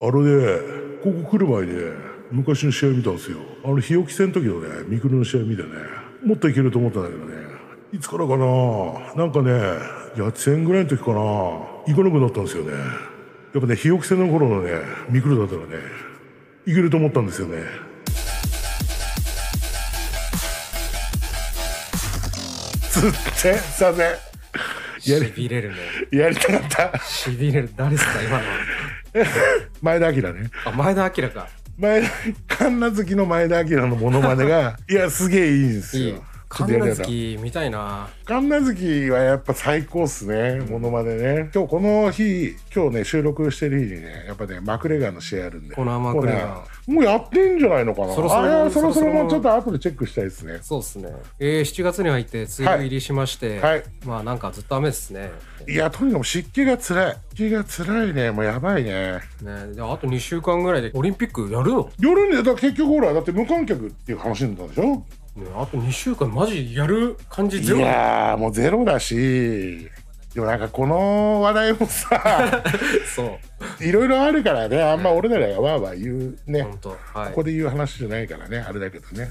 あのね、ここ来る前ね、昔の試合見たんですよ。あの、日置戦の時のね、ミクルの試合見てね、もっといけると思ったんだけどね、いつからかな、なんかね、8 0ぐらいの時かな、行かなくなったんですよね。やっぱね、日置戦の頃のね、ミクルだったらね、いけると思ったんですよね。つって、すいません。やしびれるね。り、やりたかった。しびれる。誰ですか、今の。前田明ね。あ、前田明か。前田神奈月の前田明のモノマネが いやすげえいいんですいよい。ちょっ神とやり奈たかった月見たいな。神奈月はやっぱ最高っすねモノマネね今日この日今日ね収録してる日にねやっぱねマクレガーの試合あるんでコナーマクレガーこうねもうやってんじゃないのかなそろそろあれはそろそろそろそもろうちょっと後でチェックしたいですねそうですね。えー、7月に入って梅雨入りしまして、はいはいまあなんかずっと雨ですね。いやとにかく湿気がつらい湿気がつらいねもうやばいねね、であと2週間ぐらいでオリンピックやるの、夜にだから結局ほらだって無観客っていう話になったんでしょね、あと2週間マジやる感じいゼロやーもうゼロだしでもなんかこの話題も さ そういろいろあるからねあんま俺らがわーわー言うね、本当はいここで言う話じゃないからねあれだけどねね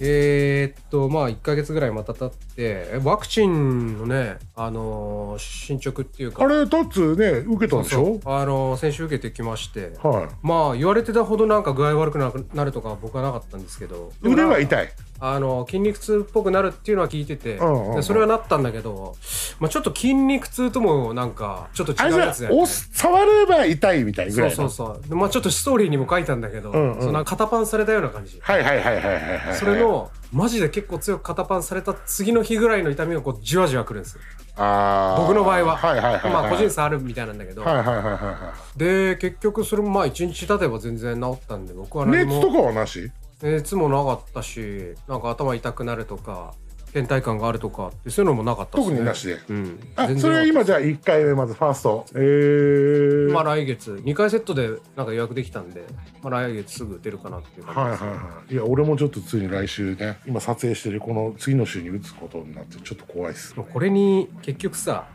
えーっとまあ1ヶ月ぐらいまた経ってえワクチンのねあのー進捗っていうかあれタッツね受けたんでしょあのー先週受けてきましてはまあ言われてたほどなんか具合悪くなくなるとかは僕はなかったんですけどい腕は痛いいあの筋肉痛っぽくなるっていうのは聞いてて、うんうんうんでそれはなったんだけど、まあ、ちょっと筋肉痛ともなんかちょっとあれ違うじゃやあつだよね押す触れば痛いみたいぐそらういのそうそうでまあちょっとストーリーにも書いたんだけど、んうんそのなんか肩パンされたような感じ、はいはいはいはいはいはいそれのマジで結構強く肩パンされた次の日ぐらいの痛みがこうじわじわくるんですよあー僕の場合は,、はいはいはいはいまあ個人差あるみたいなんだけど、はいはいはいはいはで結局それもまあ1日経てば全然治ったんで僕はい何熱ともかはなし熱もなかったしなんか頭痛くなるとか倦怠感があるとかってそういうのもなかったっす特になしでうん、あ全然それは今じゃあ1回目まずファーストえー、まあ来月2回セットでなんか予約できたんで、まあ、来月すぐ出るかなっていう感じはいではす、いはい。いや、俺もちょっとついに来週ね、今撮影してるこの次の週に打つことになって、ちょっと怖いっす。これに結局さ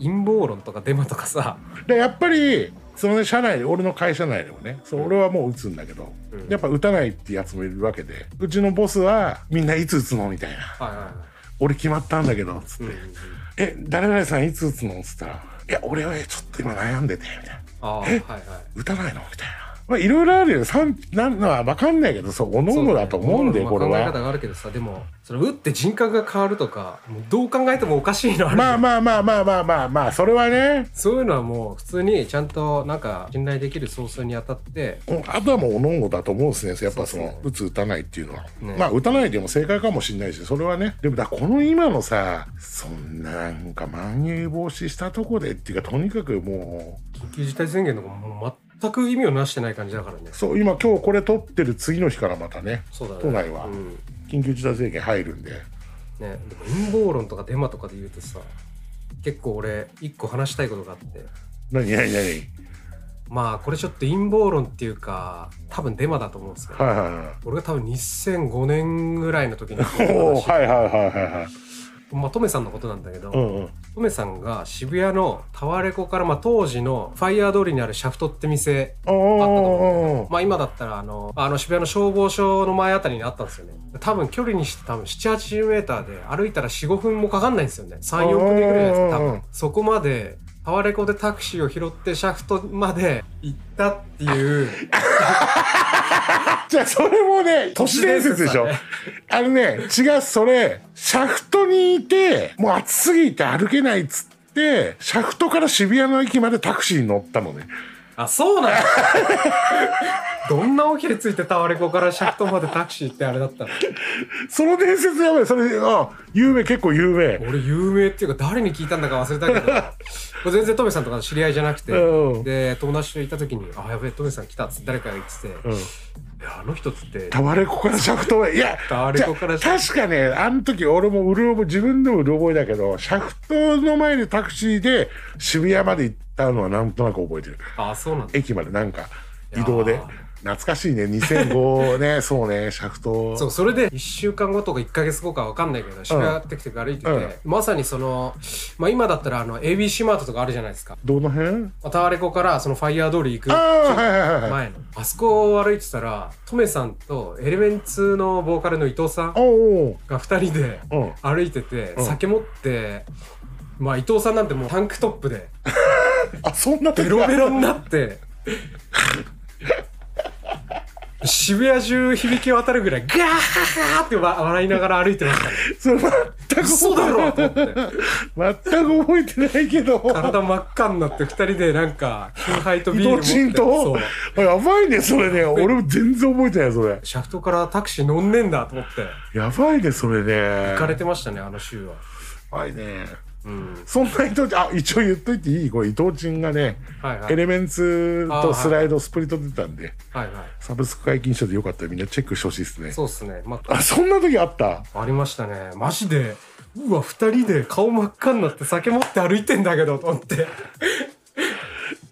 陰謀論とかデマとかさで、やっぱり、そのね、社内、俺の会社内でもね、そう俺はもう打つんだけど、うんやっぱ打たないってやつもいるわけで、うちのボスは、みんないつ打つのみたいな。はいはいは俺決まったんだけど、つって。え、誰々さんいつ打つのつったら、いや、俺はちょっと今悩んでて、みたいな。ああはいはい打たないのみたいな。まあ、いろいろあるよ。さんなんのは分かんないけど、そう、おののだと思うんで、そうこれまあ考えは方。があるけどさでもそれ打って人格が変わるとかもうどう考えてもおかしいのあるじゃんまあまあまあまあまあまあまあ、それはね、そういうのはもう普通にちゃんとなんか信頼できるソースに当たってうんあとはもうおののだと思うんですねやっぱそのそうそう打つ打たないっていうのは、ねまあ打たないでも正解かもしれないしそれはねでもだこの今のさそんななんかまん延防止したとこでっていうかとにかくも緊急事態宣言とかもう全く意味をなしてない感じだからねうそう今今日これ撮ってる次の日からまたねそうだね都内はうん緊急事態宣言入るんでね、でも陰謀論とかデマとかで言うとさ結構俺一個話したいことがあって何何何まあこれちょっと陰謀論っていうか多分デマだと思うんですけど、はいはいはい俺が多分2005年ぐらいの時に聞い たおお話、はいはいはいはいはいまあ、トメさんのことなんだけど、うんうんトメさんが渋谷のタワレコから、まあ、当時のファイヤー通りにあるシャフトって店おーおーおーまあ今だったらあのあの渋谷の消防署の前あたりにあったんですよね多分距離にして多分7 8 0メーターで歩いたら45分もかかんないんですよね34分ぐらいじゃないですか多うんうんう分んそこまでタワレコでタクシーを拾ってシャフトまで行ったっ ていうじゃあそれもね都市伝説でしょ都市あのね違うそれシャフトにいてもう暑すぎて歩けないっつってシャフトから渋谷の駅までタクシーに乗ったのねあそうなんだ どんなおひれついてタワレコからシャフトまでタクシーってあれだったのその伝説やばいそれあ有名結構有名俺有名っていうか誰に聞いたんだか忘れた けどこれ全然トメさんとかの知り合いじゃなくて、うんで友達と行った時に「あやべえトメさん来た」っつって誰かが言ってて「うんいやあの人」っつってタワレコからシャフトへいやタワレコからじゃあ確かねあの時俺もうる覚え自分でもうる覚えだけどシャフトの前でタクシーで渋谷まで行ったのはなんとなく覚えてるあそうなんだ駅までなんか移動でいやー懐かしいね2005ね そうねシャフトそうそれで1週間後とか1か月後か分かんないけど渋谷テクテク歩いてて、うんまさにその、まあ、今だったらあの ABC マートとかあるじゃないですかどの辺タワレコからそのファイヤー通り行くああはいはいはいはい前のあそこを歩いてたらトメさんとエレメンツのボーカルの伊藤さんおおが2人でうん歩いててうん酒持って、まあ伊藤さんなんてもうタンクトップであそんなベロベロになって渋谷中響き渡るぐらいガーハハってわ笑いながら歩いてましたねそれ全く嘘だろと思って全く覚えてないけど体真っ赤になって2人でなんか金杯とビールド持ってチンそとうやばいねそれね俺も全然覚えてないそれシャフトからタクシー乗んねえんだと思ってやばいねそれね行かれてましたねあの週はやばいねうんそんな伊藤ちんあ一応言っといていいこれ伊藤ちんがねはいはエいレメンツとスライドスプリット出たんではいはサブスク解禁書でよかったらみんなチェックしてほしいですねいそうっすねまあそんな時あったあありましたねマジでうわ2人で顔真っ赤になって酒持って歩いてんだけどと思って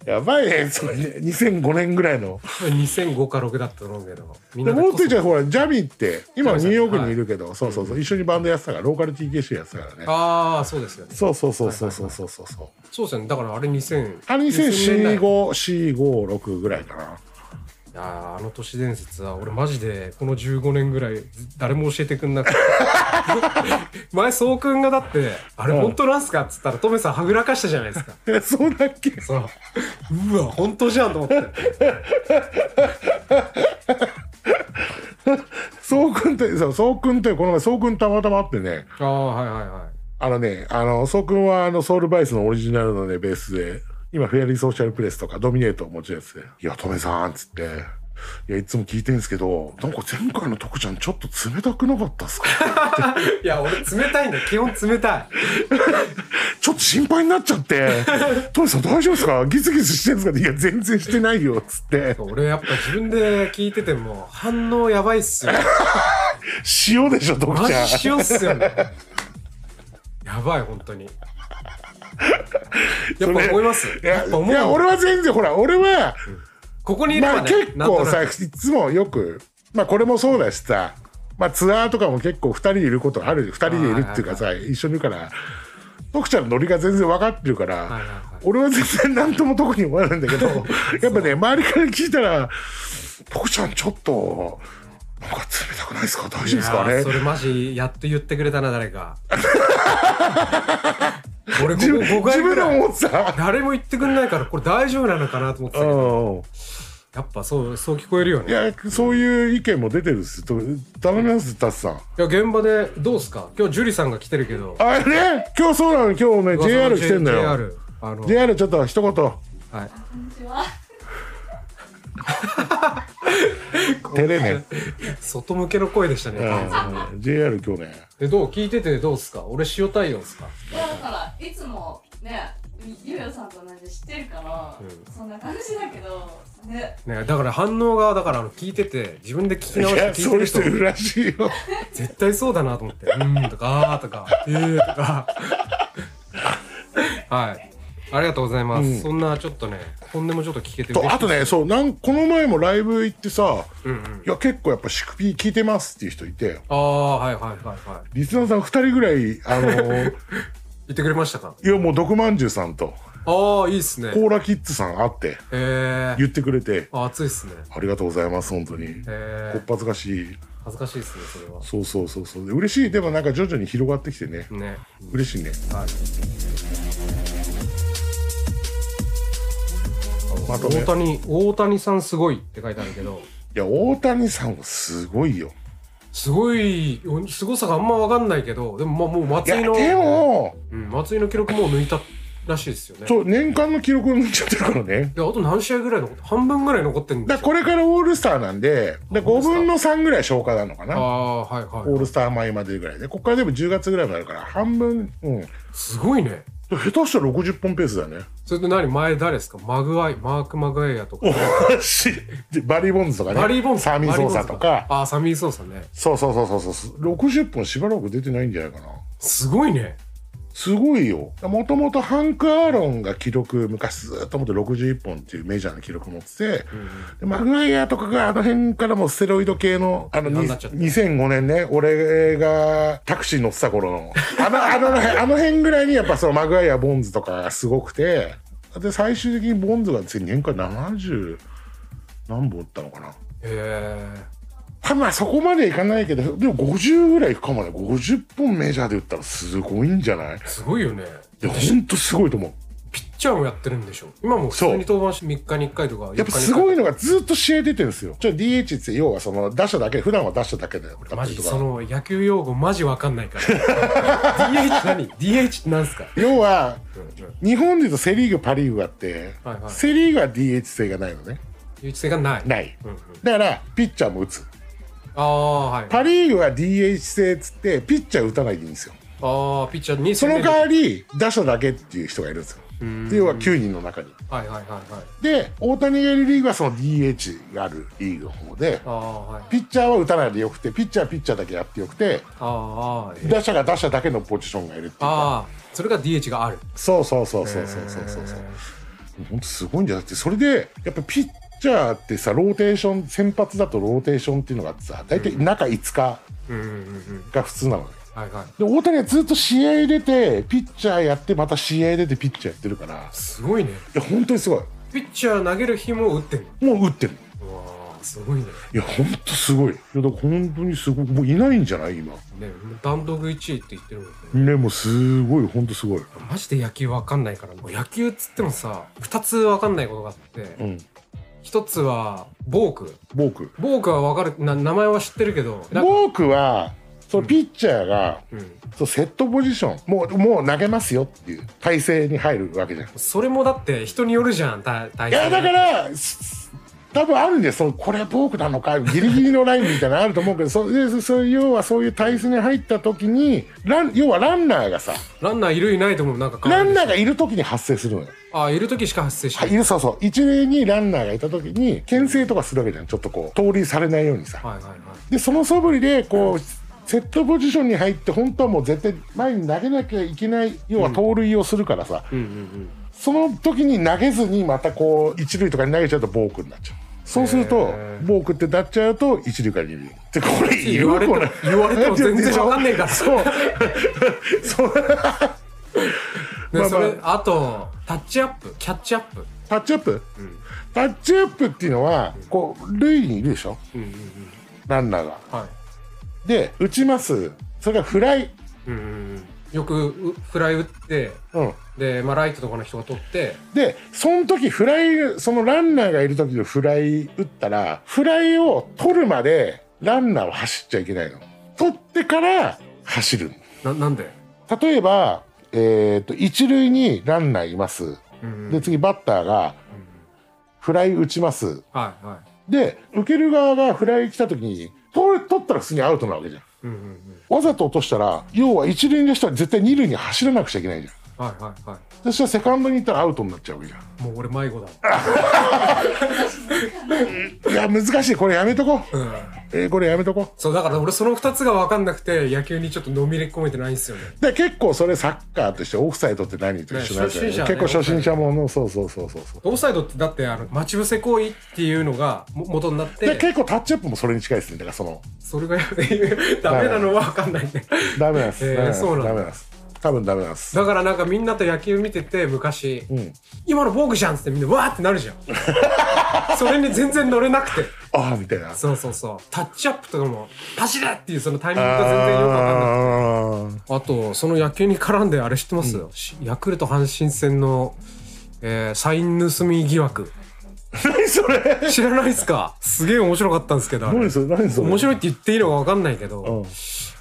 やばいねそれね2005年ぐらいの2005か6だったと思うけどみんでなでもうこついちゃそんほらジャミーって今ニューヨークはにいいるけど、そうそうそう一緒にバンドやってたからローカル TKC やってたからねああそうですよねそうそうそうそうそうそうそうそうそうですよねだからあれ2000あれ2000年代20456ぐらいかないやーあの都市伝説は俺マジでこの15年ぐらいず誰も教えてくんなくて 前そうくんがだって「あれうん本当なんすか?」っつったらトメさんはぐらかしたじゃないですかえそうだっけそううわ本当じゃんと思ってそうくんってそうそうくんってこの前そうくんたまたま会ってねああはいはいはいあのねあのそうくんはあのソウルバイスのオリジナルのねベースで今フェアリーソーシャルプレスとかドミネートを持ちやつで「いやトメさん」っつって「いやいつも聞いてんすけどなんか前回の徳ちゃんちょっと冷たくなかったっす か?」いや俺冷たいんだよ基本冷たいちょっと心配になっちゃって「トミさん大丈夫ですかギスギスしてんすか?」って「いや全然してないよ」っつって俺やっぱ自分で聞いてても反応やばいっすよ「塩でしょ徳マちジゃん」塩っすよねやばい本当にやっぱ思いますいややっぱ思ういや俺は全然ほら俺は、ここにいれまばあね、結なんと構なくさいつもよくまあこれもそうだしさまあツアーとかも結構2人でいることある2人でいるっていうかさ一緒にいるから徳ちゃんのノリが全然分かってるから、はいはい俺は全然何とも特に思わないんだけ どやっぱね周りから聞いたら「徳ちゃんちょっとなんか冷たくないですか大丈夫ですかいやねー」それマジやっと言ってくれたな誰か俺ここ自分5回自ぐ分でらい思ってた。誰も言ってくんないからこれ大丈夫なのかなと思ってたけどうんやっぱそうそう聞こえるよいねやそういう意見も出てるっすと頼みます達さんいや現場でどうすか今日ジュリさんが来てるけどあれね今日そうなの今日ね JR 来てんのよ JR あの JR ちょっと一言はい照れね、外向けの声でしたね、うん、JR 今日ねでどう聞いててどうっすか俺塩対応っすかいやだからいつもねゆうやさんと同じ知ってるから、そんな感じだけどねねだから反応がだからあの聞いてて自分で聞き直いやして聞いそうていう人る人いるらしいよ絶対そうだなと思って「うーん」とか「あー」とか「えー」とか はいありがとうございます、そんなちょっとね本音もちょっと聞けて嬉しいとあとねそうなんこの前もライブ行ってさ、うんうんいや結構やっぱシクピー聞いてますっていう人いてああはいはいはいはいリスナーさん2人ぐらいあの 言ってくれましたかいやもう毒まんじゅうさんとああいいっすねコーラキッズさん会ってえー、言ってくれてあ熱いっすねありがとうございます本当にえこっー、ぱずかしい恥ずかしいっすねそれはそうそうそうそうで嬉しいでもなんか徐々に広がってきてねね嬉しいねはいまとめ大谷大谷さんすごいって書いてあるけどいや大谷さんはすごいよすごいすごさがあんま分かんないけどでもまあもうい松や井のでもうん、松井の記録もう抜いたらしいですよね。いやそう年間の記録になっちゃってるからねあと何試合ぐらい残って半分ぐらい残ってるんでだすからよ。これからオールスターなんでで5分の3ぐらい消化なのかあなあーはいはい、オールスター前までぐらいでここからでも10月ぐらいまであるから半分うんすごいね。下手したら60本ペースだねそれで何前誰ですかマグアイマーク・マグエアとかしでバリー・ボンズとかねバリー・ボンズサーミー・ソーサとバリーボンズかああーサミー・ソーサねそうそうそうそうそう60本しばらく出てないんじゃないかなすごいねすごいよ。もともとハンク・アーロンが記録、昔ずっと持って61本っていうメジャーの記録持ってて、でマグナイアとかがあの辺からもステロイド系の、あの、なんにだっちゃって2005年ね、俺がタクシー乗ってた頃の、あの、あの、あの辺ぐらいにやっぱそのマグナイア・ボンズとかがすごくて、で、最終的にボンズが次年間70何本打ったのかな。え多分まあそこまでいかないけど、でも50ぐらいいくかもね。50本メジャーで打ったらすごいんじゃないー、すごいよねいや、ほんとすごいと思う。ピッチャーもやってるんでしょ今も普通に登板し3日に1回とかやっぱすごいのががずっと試合出てるんですよ。ちょ DH って要はその打者だけ、普段は打者だけで当たマってるジとそか。の野球用語マジわかんないから DH 何 ?DH って何すか、要はうんうん、日本で言うとセ・リーグ、パ・リーグがあって、はいはいセ・リーグは DH 性がないのね。唯一性がないない。うんうん、だからピッチャーも打つ。ああはいあパ・リーグは DH 性っつってピッチャー打たないでいいんですよ。あピッチャーにその代わり打者だけっていう人がいるんですよ。うん要は9人の中に。はいはいはいはいで大谷がいるリーグはその DH があるリーグの方でああはいピッチャーは打たないでよくてピッチャーはピッチャーだけやってよくてああえー打者が打者だけのポジションがいるっていうかああそれが DH があるそうそうそうそうそうそうそうそう本当すごいんじゃなくてそれでやっぱピッチャーってさローテーション先発だとローテーションっていうのがさ大体中5日うんうんうんうんが普通なのねはいはいで大谷はずっと試合出てピッチャーやってまた試合出てピッチャーやってるからいすごいねや本当にすごいピッチャー投げる日も打ってるもう打ってるうわーすごいねいや本当すごいいやだから本当にすごいもういないんじゃない今ねダントツ1位って言ってるもんねねもうすごいほんとすごい、マジで野球わかんないからもう野球っつってもさ2つわかんないことがあってうん、 1つはボークボークボークはわかるな名前は知ってるけどなんかボークはそのピッチャーが、うんそうセットポジションもうもう投げますよっていう体勢に入るわけじゃんいそれもだって人によるじゃん大体やだからす多分あるんですよこれボークなのかギリギリのラインみたいなのあると思うけどそうでそう要はそういう体勢に入った時にラン要はランナーがさランナーいるいないともなんか変ラわるンナーがいる時に発生するのよ。あいる時しか発生しは、ないいいるそうそう一塁にランナーがいた時に牽制とかするわけじゃんちょっとこう盗塁されないようにさ、はいはいはいでその素振りでこうセットポジションに入って本当はもう絶対前に投げなきゃいけない要は盗塁をするからさ、うんうんうんその時に投げずにまたこう一塁とかに投げちゃうとボークになっちゃうそうするとへーボークってなっちゃうと一塁から二塁でこれ言われてもこれ言われても全然わかんねえからそうそう で、まあまあそれあとタッチアップキャッチアップタッチアップうんタッチアップっていうのはこう塁にいるでしょうんうんうんランナーがはいで打ちますそれがフライうんうんうんよくうフライ打ってうんで、まあ、ライトとかの人が取ってでその時フライそのランナーがいる時のフライ打ったらフライを取るまでランナーを走っちゃいけないの取ってから走るななんで、例えばえー、と一塁にランナーいますうんうんで次バッターがフライ打ちますはいはいで受ける側がフライ来た時に取れ取ったら普通にアウトなわけじゃんうんうんうんわざと落としたら要は一塁の人は絶対二塁に走らなくちゃいけないじゃんはいはいはいそしたらセカンドに行ったらアウトになっちゃうわけじゃんもう俺迷子だいや難しいこれやめとこう、うんえーこれやめとこうそうだから俺その2つが分かんなくて野球にちょっとのみれ込めてないんですよねで結構それサッカーとしてオフサイドって何と一緒なんじゃないね初心者ね結構初心者ものそうそうそうそうそうオフサイドってだってあの待ち伏せ行為っていうのがも元になっでて結構タッチアップもそれに近いですねだからそのそれが ダメなのは分かんないんでダメなんです、えーダメなんですそうなんだダメなんです多分ダメなんですだからなんかみんなと野球見てて昔、うん今のボークじゃんっつってみんなわーってなるじ ゃんそれに全然乗れなくてああみたいなそうそうそうタッチアップとかも走れっていうそのタイミングが全然よく分かんなくてあーあとその野球に絡んであれ知ってます、しヤクルト阪神戦の、えーサイン盗み疑惑何それ知らないっすかすげえ面白かったんですけどあれ何それ何それ面い、白いって言っていいのか分かんないけど、うん、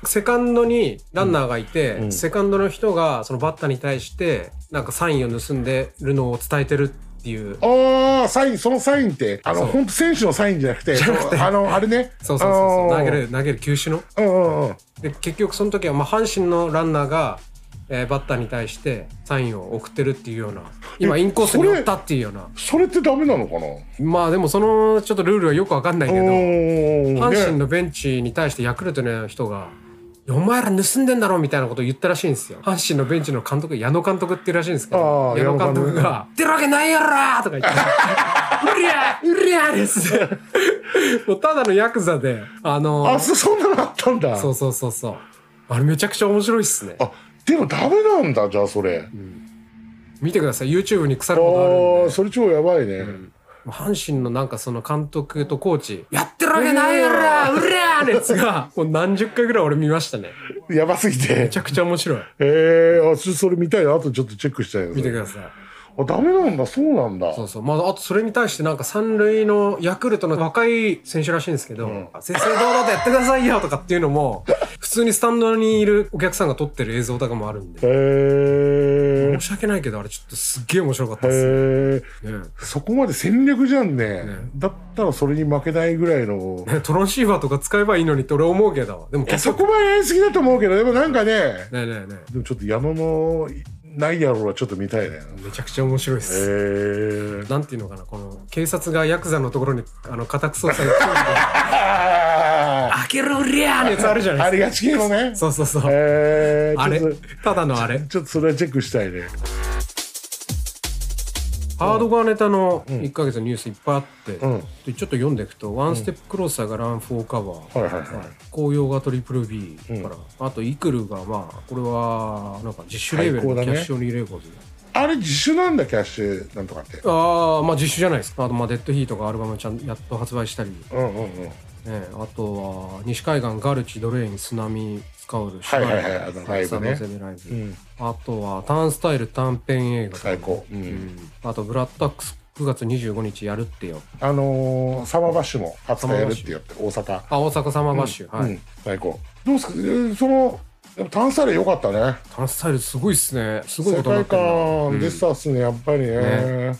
セカンドにランナーがいて、んセカンドの人がそのバッターに対してなんかサインを盗んでるのを伝えてるっていうああサインそのサインってあそのう本当選手のサインじゃなくてゃなくてあのあれねそうそうそうそうあ投ーげる投げる球種のうんうんうんで結局その時はまあ阪神のランナーが、えーバッターに対してサインを送ってるっていうような今インコースに寄ったっていうようなそれってダメなのかなまあでもそのちょっとルールはよくわかんないけどおー阪ね神のベンチに対してヤクルトの人が「お前ら盗んでんだろみたいなことを言ったらしいんですよ阪神のベンチの監督矢野監督っていうらしいんですけあどあ矢矢野野監監督督が「出るわけないやろ!」とか言って 「うりゃうりゃ!」ですもうただのヤクザであのあそそんなのあったんだそうそうそうそうあれめちゃくちゃ面白いっすねあでもダメなんだじゃあそれ、見てください YouTube に腐あることあるんでーそれ超やばいね、阪神のなんかその監督とコーチ、やってるわけないやろうりゃーのやつが、もう何十回ぐらい俺見ましたね。やばすぎて めちゃくちゃ面白い。えー、あちょそれ見たいなあとちょっとチェックしたいな見てください。あダメなんだそうなんだそうそう。まあ、あとそれに対してなんか三塁のヤクルトの若い選手らしいんですけど、先生堂々とやってくださいよとかっていうのも、普通にスタンドにいるお客さんが撮ってる映像とかもあるんで、へえ申し訳ないけどあれちょっとすっげえ面白かったですね。へえねそこまで戦略じゃんねねだったらそれに負けないぐらいのねトロンシーバーとか使えばいいのにって俺思うけど、でもいやそこまでやりすぎだと思うけどでもなんかねねえねえねでもちょっと矢野のないやろうはちょっと見たいねえめちゃくちゃ面白いでへす。 えなんていうのかなこの警察がヤクザのところにあの家宅捜査に来てあ 開けろりゃーのやつあるじゃーなあいでりがち系のねすかそうそうそへう、えあれちょっとただのあれちょっとそれはチェックしたいねハード側ネタの1ヶ月のニュースいっぱいあって、うんでちょっと読んでいくと「ワンステップクローサーがランフォーカバー」はいはいはい紅葉がトリプル B うんから、あとイクルがまあこれはなんか自主レーベル最高のだキねャッシュオニーレコーズ、あれ自主なんだキャッシュなんとかってああまあ自主じゃないですかあとまあデッドヒートがアルバムちゃんやっと発売したり、うんうんうんね、あとは西海岸ガルチドレイン津波スカウルシはいはいはいガルあのライブねサブゼミライブうんあとはターンスタイル短編映画最高、うんうんあとブラッドアックス9月25日やるってよあのー、サマーバッシュも20日やるって言って大阪、あ大阪サマーバッシュ、はういん最高どうですかえーそのやっぱ単スタイル良かったねターンスタイルすごいっすねすごい世ことにな界ってるな観でしたっすねやっぱりねね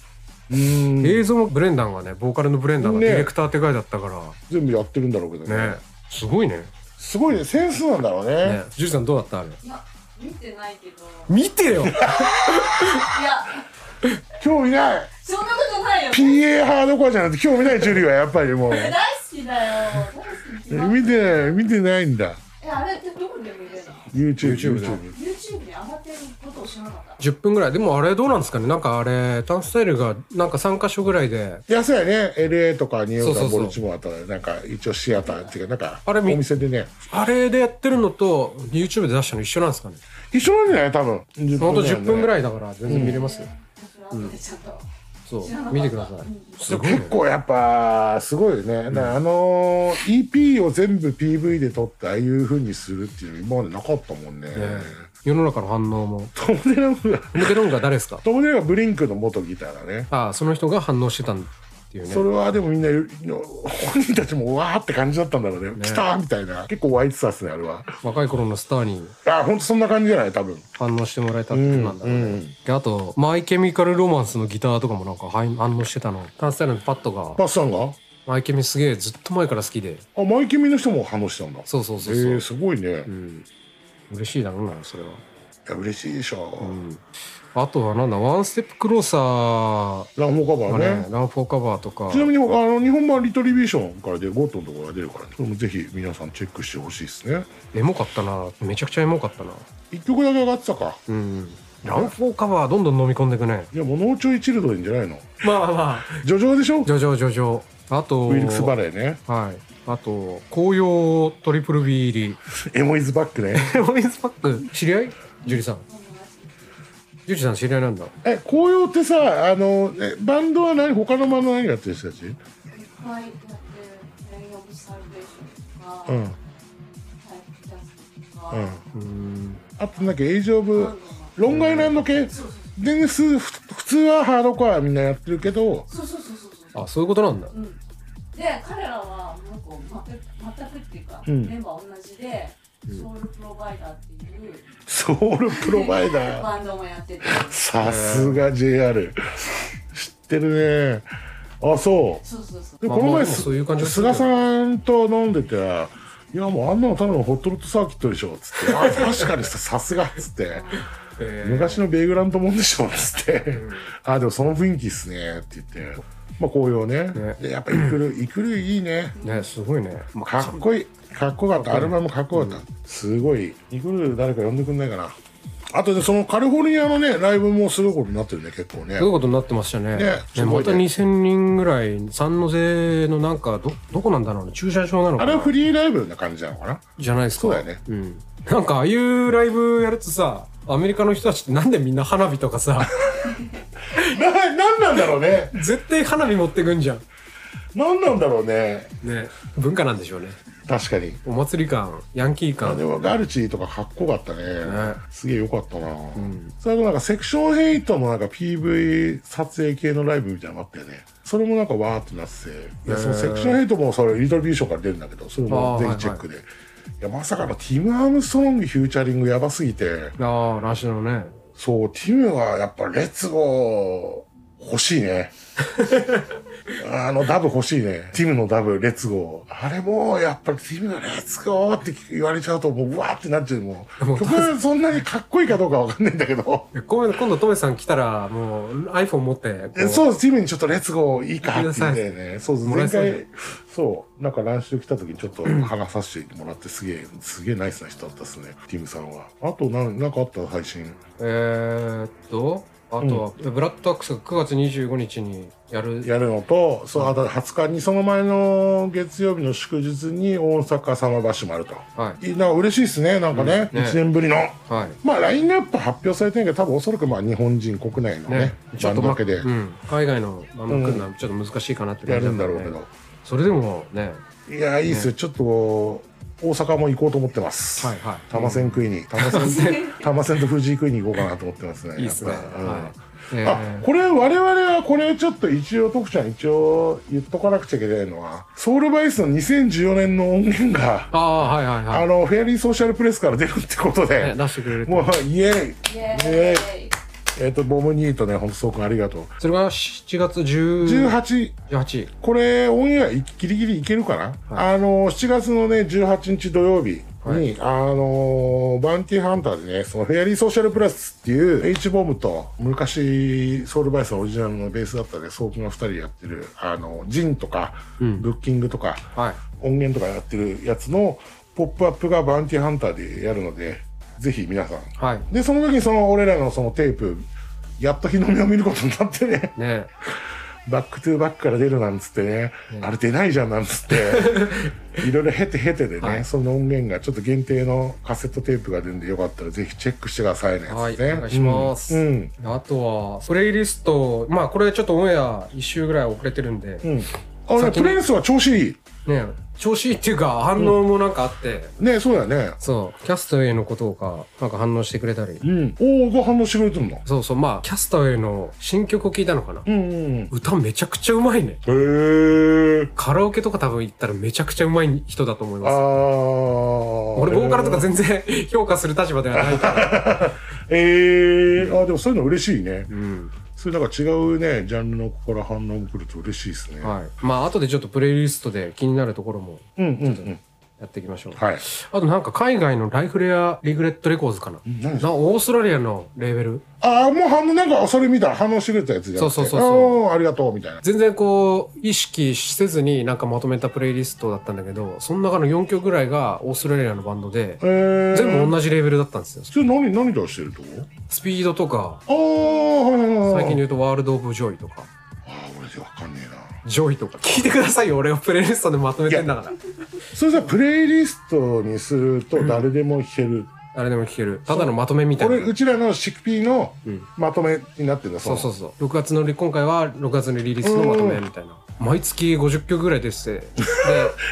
うん映像もブレンダンがねボーカルのブレンダンがねディレクターって書いてあったか全部やってるんだろうけどねらねすごいねすごいねセンスなんだろうねねジュリさんどうだったあれいや見てないけど見てよいや興味ないそんなことないよ PA 派どころじゃなくて興味ないジュリーはやっぱりも う大好きだよ大好きに決まっ見てない見てないんだえあれってどこで見れるの YouTube, YouTube で YouTube で上がってることを知らなかった10分ぐらいでもあれどうなんですかねなんかあれターンスタイルがなんか3箇所ぐらいで安いね LA とかニューヨークそとうかそうそうボルチモアとかなんか一応シアターっていうかなんかあれお見店でねあれでやってるのと YouTube で出したの一緒なんですかね一緒なんじゃない多分10ほんと10分ぐいらいだから全然見れますよ、それ後でちゃんとそう見てくださいすごい、ね結、構やっぱすごいよね、だからあのー EP を全部 PV で撮ってああいう風にするっていうの今までなかったもんねええ世の中の反応もトム・デラムがトム・デロンが誰ですかトム・デラムがブリンクの元ギターだねああその人が反応してたんっていうねそれはでもみんな本人たちもうわーって感じだったんだろうね来たみたいな結構湧いてたっすねあれは若い頃のスターにあ本当そんな感じじゃない多分反応してもらえたってことなんだろうね、であとマイケミカル・ロマンスのギターとかもなんかはい反応してたのタンスタイルのパッドがパスさんがマイケミすげえずっと前から好きであマイケミの人も反応してたんだそうそうそうえそう、ー、すごいね、うん、嬉しいだろうなそれはいや嬉しいでしょ、あとはなんだワンステップクローサーランフォーカがバーねねランフォーカバーとかちなみにあの日本版リトリビューションからでゴッドのところが出るから、ね、それもぜひ皆さんチェックしてほしいですねエモかったなめちゃくちゃエモかったな一曲だけ上がってたかうんランフォーカバーどんどん飲み込んでくねいやもう脳腸チルドレンじゃないのまあまあジョジョでしょジョジョジョジョあとウィルクスバレーねはいあと紅葉トリプル B 入りエモイズバックね エモイズパック知り合いジュリさんジュリさん知り合いなんだえ紅葉ってさあのえバンドは何他のバンドは何やってる人たちいっぱいやってるレイン・オブ・サルベーションとか、うタんイプ・ジャズとか、うんうんあとなんかエイジ・オブ・ロングアイランド系全然すふ普通はハードコアみんなやってるけどそうそうそうそうそうあそういうことなんだうんで彼らはなんか全く全くっていうか、うんメンバー同じでソウルプロバイダーっていうソウルプロバイダーバンドもやっててさすが JR 知ってるねあそうそうそうそうでまあこのまあ前でもすそういう感じがする菅さんと飲んでて 「いやもうあんなのただのホットロットサーキットでしょ」っつって「あ確かにささすが」っつってえー昔のベイグラントもんでしょ」っつって「あでもその雰囲気っすね」って言ってまあ紅葉ねねでやっぱイクルイクルいいねねすごいね、まかっこいいかっこよかったアルバムかっこよかった、すごいイクル誰か呼んでくんないかなあとでそのカリフォルニアのねライブもすごいことになってるね結構ねすごいことになってましたねね。ねすごいねまた2000人ぐらい、三ノ瀬のなんか、ど、どこなんだろうね、駐車場なのあかれはなフリーライブな感じなのかなじゃないですか。そうだよねん。なんか、ああいうライブやるとさ、アメリカの人たちってなんでみんな花火とか さ、 ななんなんだろうね絶対花火持ってくんじゃん。なんなんだろうねね。文化なんでしょうね。確かにお祭り感、ヤンキーあ感。でもガルチーとかかっこよかったねねすげえよかったな、それとなんかセクションヘイトのなんか PV 撮影系のライブみたいなのもあったよねそれもなんかわーってなってていやそのセクションヘイトもそれリトルビュー賞から出るんだけどそれもぜひチェックで、いやまさかのティム・アームストロングフューチャリングやばすぎてああ、ラッシュのね。そうティムはやっぱレッツゴー欲しいねあのダブ欲しいねティムのダブレッツゴーあれもやっぱりティムがレッツゴーって言われちゃうともううわーってなっちゃうもうもう曲そんなにかっこいいかどうかわかんないんだけ どえごめん今度トメさん来たら、もう iPhone 持って、こえそう、チームにちょっとレッツゴーいいかって言ってね。そう、もら前えそう回、そう、なんか乱視来た時にちょっと話させてもらって、すげえ、すげえナイスな人だったですね、ティムさんは。あと、なんなんかあった配信。えーっと、あとは、ブラッドアックスが9月25日にやる。やるのと、そう、あと20日に、その前の月曜日の祝日に大阪様橋もあると。。はいなんか嬉しいですね、なんかね、うんね1年ぶりの。はい。まあ、ラインナップ発表されてんけど、多分おそらくまあ、日本人国内のね、ね、ちょっバとンドまだけでうん、海外のバンド組んだらちょっと難しいかなってや感じるんだからろうねけど。それでもねいや、いいっすよ。ちょっと、大阪も行こうと思ってます。はいはい玉線食いに。玉線、玉線と藤井食いに行こうかなと思ってますね。いいですね、やっぱうんはい、えあーこれ我々はこれちょっと一応徳ちゃん一応言っとかなくちゃいけないのはソウルバイスの2014年の音源がああはいはいあはのフェアリーソーシャルプレスから出るってことい、ね、で出してくれるもうイエーイイイエエーイーイえっとボムニートね本当そうくんありがとうそれが7月10 18 18これオンエアギリギリいけるかな、あの7月のね18日土曜日に、あのバンティーハンターでねそのフェアリーソーシャルプラスっていう H ボムと昔ソウルバイスのオリジナルのベースだったねソープの2人でやってるあのジンとか、ブッキングとか、はい音源とかやってるやつのポップアップがバンティーハンターでやるのでぜひ皆さんはいでその時にその俺らのそのテープやっと日の目を見ることになってねねバックトゥーバックから出るなんつってね、あれ出ないじゃんなんつ って、いろいろ経て経てでね、はいその音源がちょっと限定のカセットテープが出るんで、よかったらぜひチェックしてくださいね。はいねお願いしますうん。うんあとはプレイリストまあこれちょっとオンエア1週ぐらい遅れてるんで、うんあれ、先プにレンスは調子いい。ね調子いいっていうか反応もなんかあって、ねそうだよね。そうキャストウェイのことがなんか反応してくれたり、うん。おお、ご反応してくれてるんだ。そうそうまあキャストウェイの新曲を聞いたのかな、うんうんうん。へ歌めちゃくちゃうまいねえ。カラオケとか多分行ったらめちゃくちゃうまい人だと思いあます。あ。俺ボーカルとか然。全然 評価する立場ではないから。ええあ、でもそういうの嬉しいね。うん。そういうなんか違うね、ジャンルのここから反応が来ると嬉しいですね。はい。まあ後でちょっとプレイリストで気になるところもうんうんうん。やっていきましょう。はい。あとなんか海外のライフレアリグレットレコーズかな。何なオーストラリアのレーベル。ああ、もう反応、なんか、それ見た、反応してくれたやつじゃん。。そうそうそうそうああ、ありがとう、みたいな。全然こう意識せずになんかまとめたプレイリストだったんだけど、その中の4曲ぐらいがオーストラリアのバンドで、えー、全部同じレーベルだったんですよ。それ何、何出してるとスピードとか、ああ、はいはいはい。最近で言うとワールド・オブ・ジョイとか、ああ、俺でわかんねえな。ジョイとか。聞いてくださいよ、俺がプレイリストでまとめてんだから。それさ、プレイリストにすると誰でも弾ける。あれでも聞ける。ただのまとめみたいこなれ、。うちらのシクピーのまとめになってんだ、そうそうう。そう。6月のり、今回は6月のリリースのまとめみたいな。毎月50曲ぐらい出してて。で、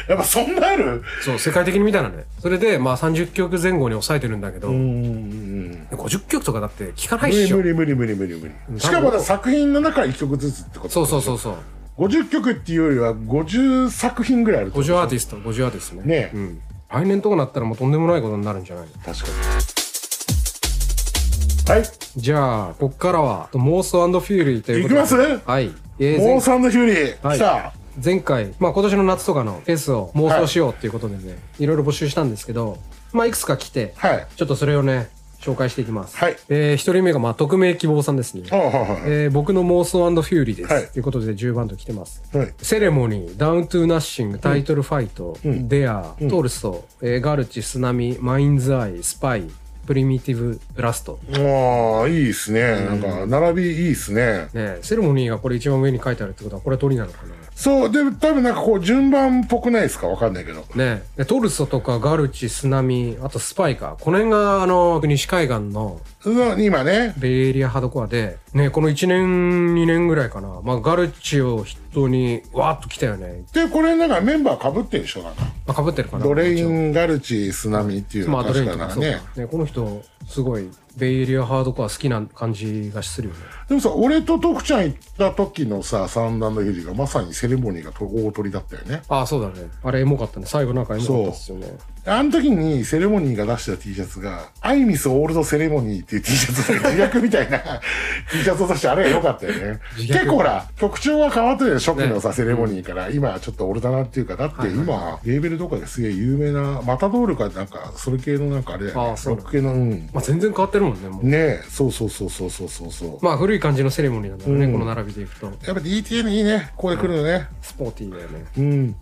やっぱそんなあるそう、世界的にみたいなね。それで、まあ30曲前後に抑えてるんだけど、うんうんうん。 50曲とかだって聞かな無いっし理ょ無。理無理無理無理無理。しかもだ作品の中1曲ずつってこと。そうそうそうそう。 50曲っていうよりは50作品ぐらいあるってこと50アーティスト、50アーティストね。ねえうん。来年とかなったらもうとんでもないことになるんじゃない確かに。はい。じゃあ、こっからは、モーストフューリーという行こきとで。ますはい。えーモー前サンドヒューリー、はい来た前回、まあ、今年の夏とかのフェスを妄想しようっていうことでね、い、ろいろ募集したんですけど、まあ、いくつか来て、はいちょっとそれをね紹介していきます。はいえー一人目が、まあ、匿名希望さんですね。ああはいはいえー僕の妄想フューリーです。はいということで10番と来てます。はいセレモニー、ダウントゥーナッシング、タイトルファイト、デア、トルソー、えーガルチ、スナミ、マインズアイ、スパイ、プリミティブ、ブラスト。ああいいですねなんか並びいいですねねえセレモニーがこれ一番上に書いてあるってことはこれ鳥なのかなそうで多分なんかこう順番っぽくないですかわかんないけどねえでトルソとかガルチ、スナミ、あとスパイか。この辺があの、西海岸のその今ねベイエリアハードコアで、ねえこの1年、2年ぐらいかな。まあガルチを筆頭にわーっと来たよね。でこれなんかメンバーかぶってるでしょなんかまあ、被ってるかな。ドレイ一応ン・ガルチ・スナミっていうまあ、ドレイン確とかなかそうねかね。この人、すごい、ベイエリアハードコア好きな感じがするよね。でもさ俺と徳ちゃん行った時のさ三段の日々がまさにセレモニーがと大鳥だったよねああ、そうだね。あれ、エモかったね。最後なんかエモかったっすよね。あの時にセレモニーが出した T シャツが「アイミス・オールド・セレモニー」っていう T シャツが自虐みたいな T シャツを出してあれが良かったよね自虐結構ほら曲調は変わってるよ初期のさ、セレモニーから今ちょっと俺だなっていうかだって今、レーベルとかですげえ有名なマタドールかなんかそれ系のなんかあれだよねあそうロック系のうんまあ、全然変わってるもんね、もう。ねえそうそうそうそうそうそうそうまあ、古い感じのセレモニーなんだろうね、うんこの並びでいくと。やっぱ DTN いいね。ここで来るのね。スポーティーだよね。うん。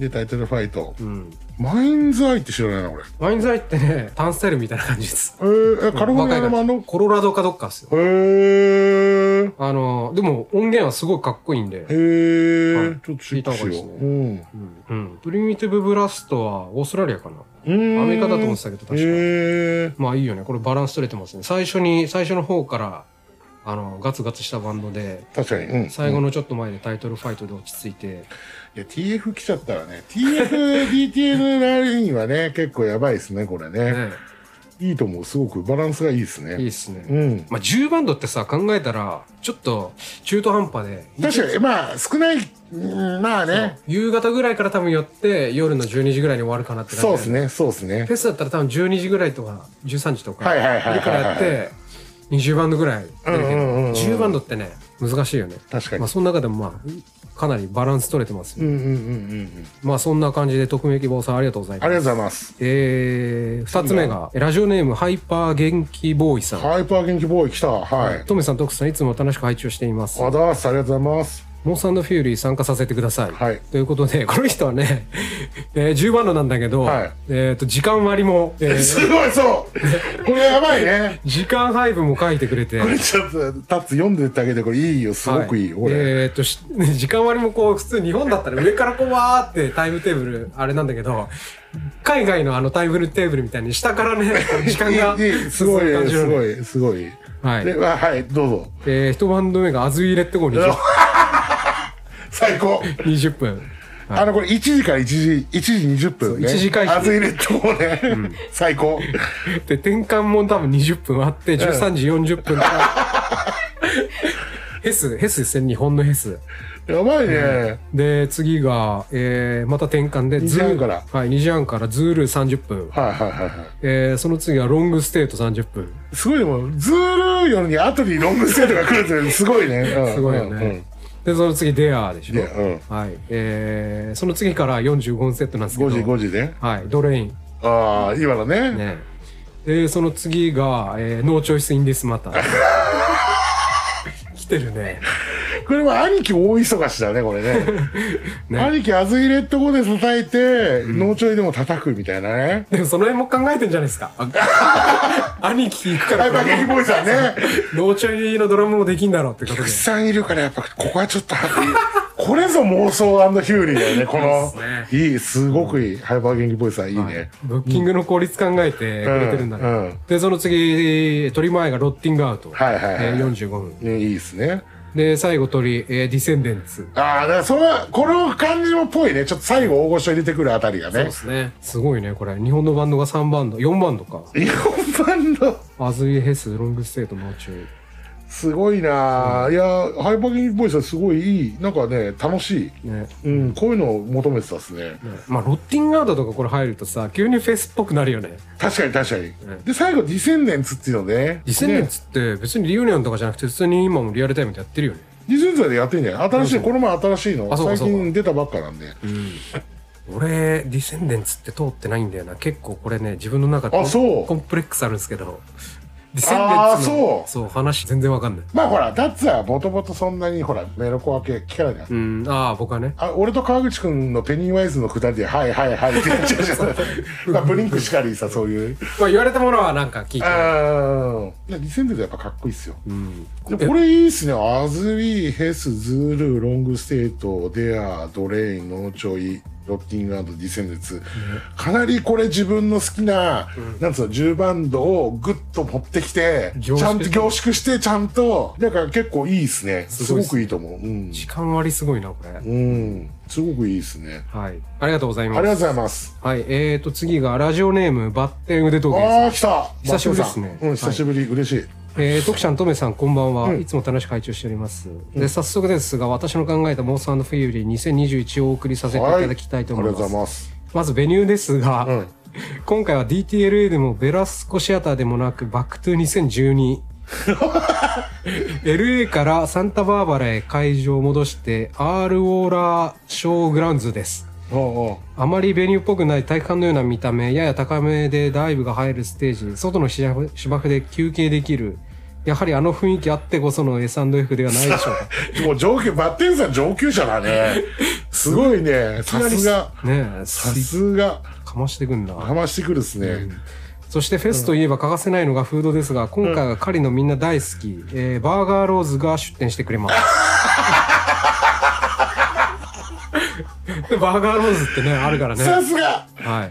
で、タイトルファイト。うん。マインズアイって知らないな、俺。ワインズアイってね、タンスタイルみたいな感じです。えー、えカルフォルニアのバンドコロラドかどっかっすよ。へー。あの、でも音源はすごいかっこいいんへで。ー。はいちょっとチェックし聞いよた方う。うん。うん。うんプリミティブブラストはオーストラリアかな。うーんアメリカだと思ってたけど確かへー。まあいいよね。これバランス取れてますね。最初に、最初の方から、あの、ガツガツしたバンドで、確かに。うん。最後のちょっと前でタイトルファイトで落ち着いて、いや、TF 来ちゃったらね。TF、DTN ラインはね、結構やばいですね、これね。ね、いいと思う。すごくバランスがいいですいいね。っすね。うん。まあ10バンドってさ、考えたら、ちょっと中途半端で、確かに、まあ、少ない、うんまあね。夕方ぐらいから多分寄って、夜の12時ぐらいに終わるかなって感じだそうよですね、そうですねフ。ェスだったら多分12時ぐらいとか13時とかはいはいはいはいはい昼からやって20バンドぐらい出るけうど、んうんうんうん10バンドってね難しいよね確かにまあ、その中でもまあかなりバランス取れてますうよ、んうんうんうんうん。まあそんな感じで匿名希望さんありがとうございあますりがとうございます。えー、2つ目がラジオネームハイパー元気ボーイさん、ハイパー元気ボーイ来た。はい。トメさんトクさんいつも楽しく拝聴していますあだす。ありがとうございます。モンサンドフューリー参加させてください、はいということで この人はね、えー、10バンドなんだけど、はいえっと時間割も、えーすごい、そう。 これやばいね。時間配分も書いてくれてこれちょっと、タッツ読んでってあげて、これいいよ。すごくいいよ。はこれ。えーっとし 時間割もこう普通日本だったら上からこうわーってタイムテーブルあれなんだけど海外のあのタイムテーブルみたいに下か らねこう時間がいいいいすごい進む感、じなすのごい、すごい。はいであはい、どうぞ。えー、一バンド目がアズイレッド 号に最高。 20分あの、これ1時から1時、1時20分ね。そう1時開始あずいレッドもね。最高。で転換も多分20分あって13時40分 からヘスヘスですね日本のヘスやばいね。で次が、えー、また転換で時半からズーはい2時半からズール30分、はいはいはいはえー、その次はロングステート30分い。すごいでも、ズールよりに後にロングステートが来るってすごいね。うんすごいよね。うんうんで、その次、デアーでしょ。デアうんはい。えー、その次から45分セットなんですけど。 5時、5時ね。はい。ドレイン。ああ、今のね。ね。で、その次が、えー、ノーチョイスインディスマ ター。来てるね。これは兄貴大忙しだね、これ ね。兄貴、アズイレット語で叩いて、脳ちょいでも叩くみたいなね。でも、その辺も考えてんじゃないですか。 兄貴行くハからイパーゲキボーイさんね。ノーチョイのドラムもできんだろうってことたでく。さんいるから、やっぱ、ここはちょっと、これぞ妄想ヒューリーだよね、このそうで。いい、すごくいい。ハイパーゲキボーイさん、いいね。ブッキングの効率考えてくれてるんだね。うんうんで、その次、取り前がロッティングアウト。はいはいはいえー、45分。ね、いいですね。で、最後鳥、えー、ディセンデンツ。ああ、だから、それは、この感じもっぽいね。ちょっと最後、大御所入れてくるあたりがそうねで。すね。すごいね、これ。日本のバンドが3バンド、4バンドか。日本版の、アズイヘス、ロングステート、もうちょい。すごいなーいやー、ハイパーゲキボーイさん、すごいいい。なんかね、楽しい。ね。うん、こういうのを求めてたですね。まあ、ロッティングアウトとかこれ入るとさ、急にフェスっぽくなるよね。確かに確かに。で、最後、ディセンデンツっていうのね。ディセンデンねツって別にリユニオンとかじゃなくて、普通に今もリアルタイムでやってるよね。ディセンデンツでやってんじゃない新しい、この前新しいの。あそうか最そうか近出たばっかなんで。俺ディセンデンツって通ってないんだよな結構これね自分の中であそうコンプレックスあるんですけどディセンあーデンツのそうそう話全然わかんないまあほらダッツはもともとそんなにほらメロコア系聞かないじゃんうんああ僕はねあ俺と川口君のペニーワイズのくだりで「はいはいはい」って言っちゃう じゃないまあブリンクしかりさそういうまあ言われたものはなんか聞いてないああリセンデントやっぱかっこいいっすようんでこれいいっすねアズリーヘスズールロングステートデアドレインノーチョイロッキングディセンデンツかなりこれ自分の好きな、なんつうの10バンドをグッと持ってきてち凝縮ゃんと凝縮してちゃんとだから結構いいっすねすすごごいっすくいいと思ううん、時間割りすごいなこれはいうん、すごくいいっすねありがとうございあまりがすとうございますはいえーと次がラジオネームバッテン腕時計さんああ、来た。久しぶりですねうん、久しぶり、嬉しい。えー、徳ちゃん、とめさん、こんばんは。うんいつも楽しく会長しております。で、早速ですが、私の考えた妄想フィーリー2021をお送りさせていはい。ただきたいと思あいりがとうまごす。ざいまます。ず、ベニューですが、ん今回は DTLA でもベラスコシアターでもなく、バックトゥ2012。LA からサンタバーバラへ会場を戻して、R オーラーショーグラウンズです。おうおうあまりベニューっぽくない体育館のような見た目、やや高めでダイブが入るステージ、外の芝生で休憩できる。やはりあの雰囲気あってこその S&F ではないでしょう か。もう上級、バッテンさん上級者だね。すごいね。さすが。ねえ、さすすが。かましてくんな。かましてくるっすね。そしてフェスといえば欠かせないのがフードですが、今回は狩りのみんな大好き、えーバーガーローズが出店してく れます。でバーガーローズってね、あるからね。さすがはい。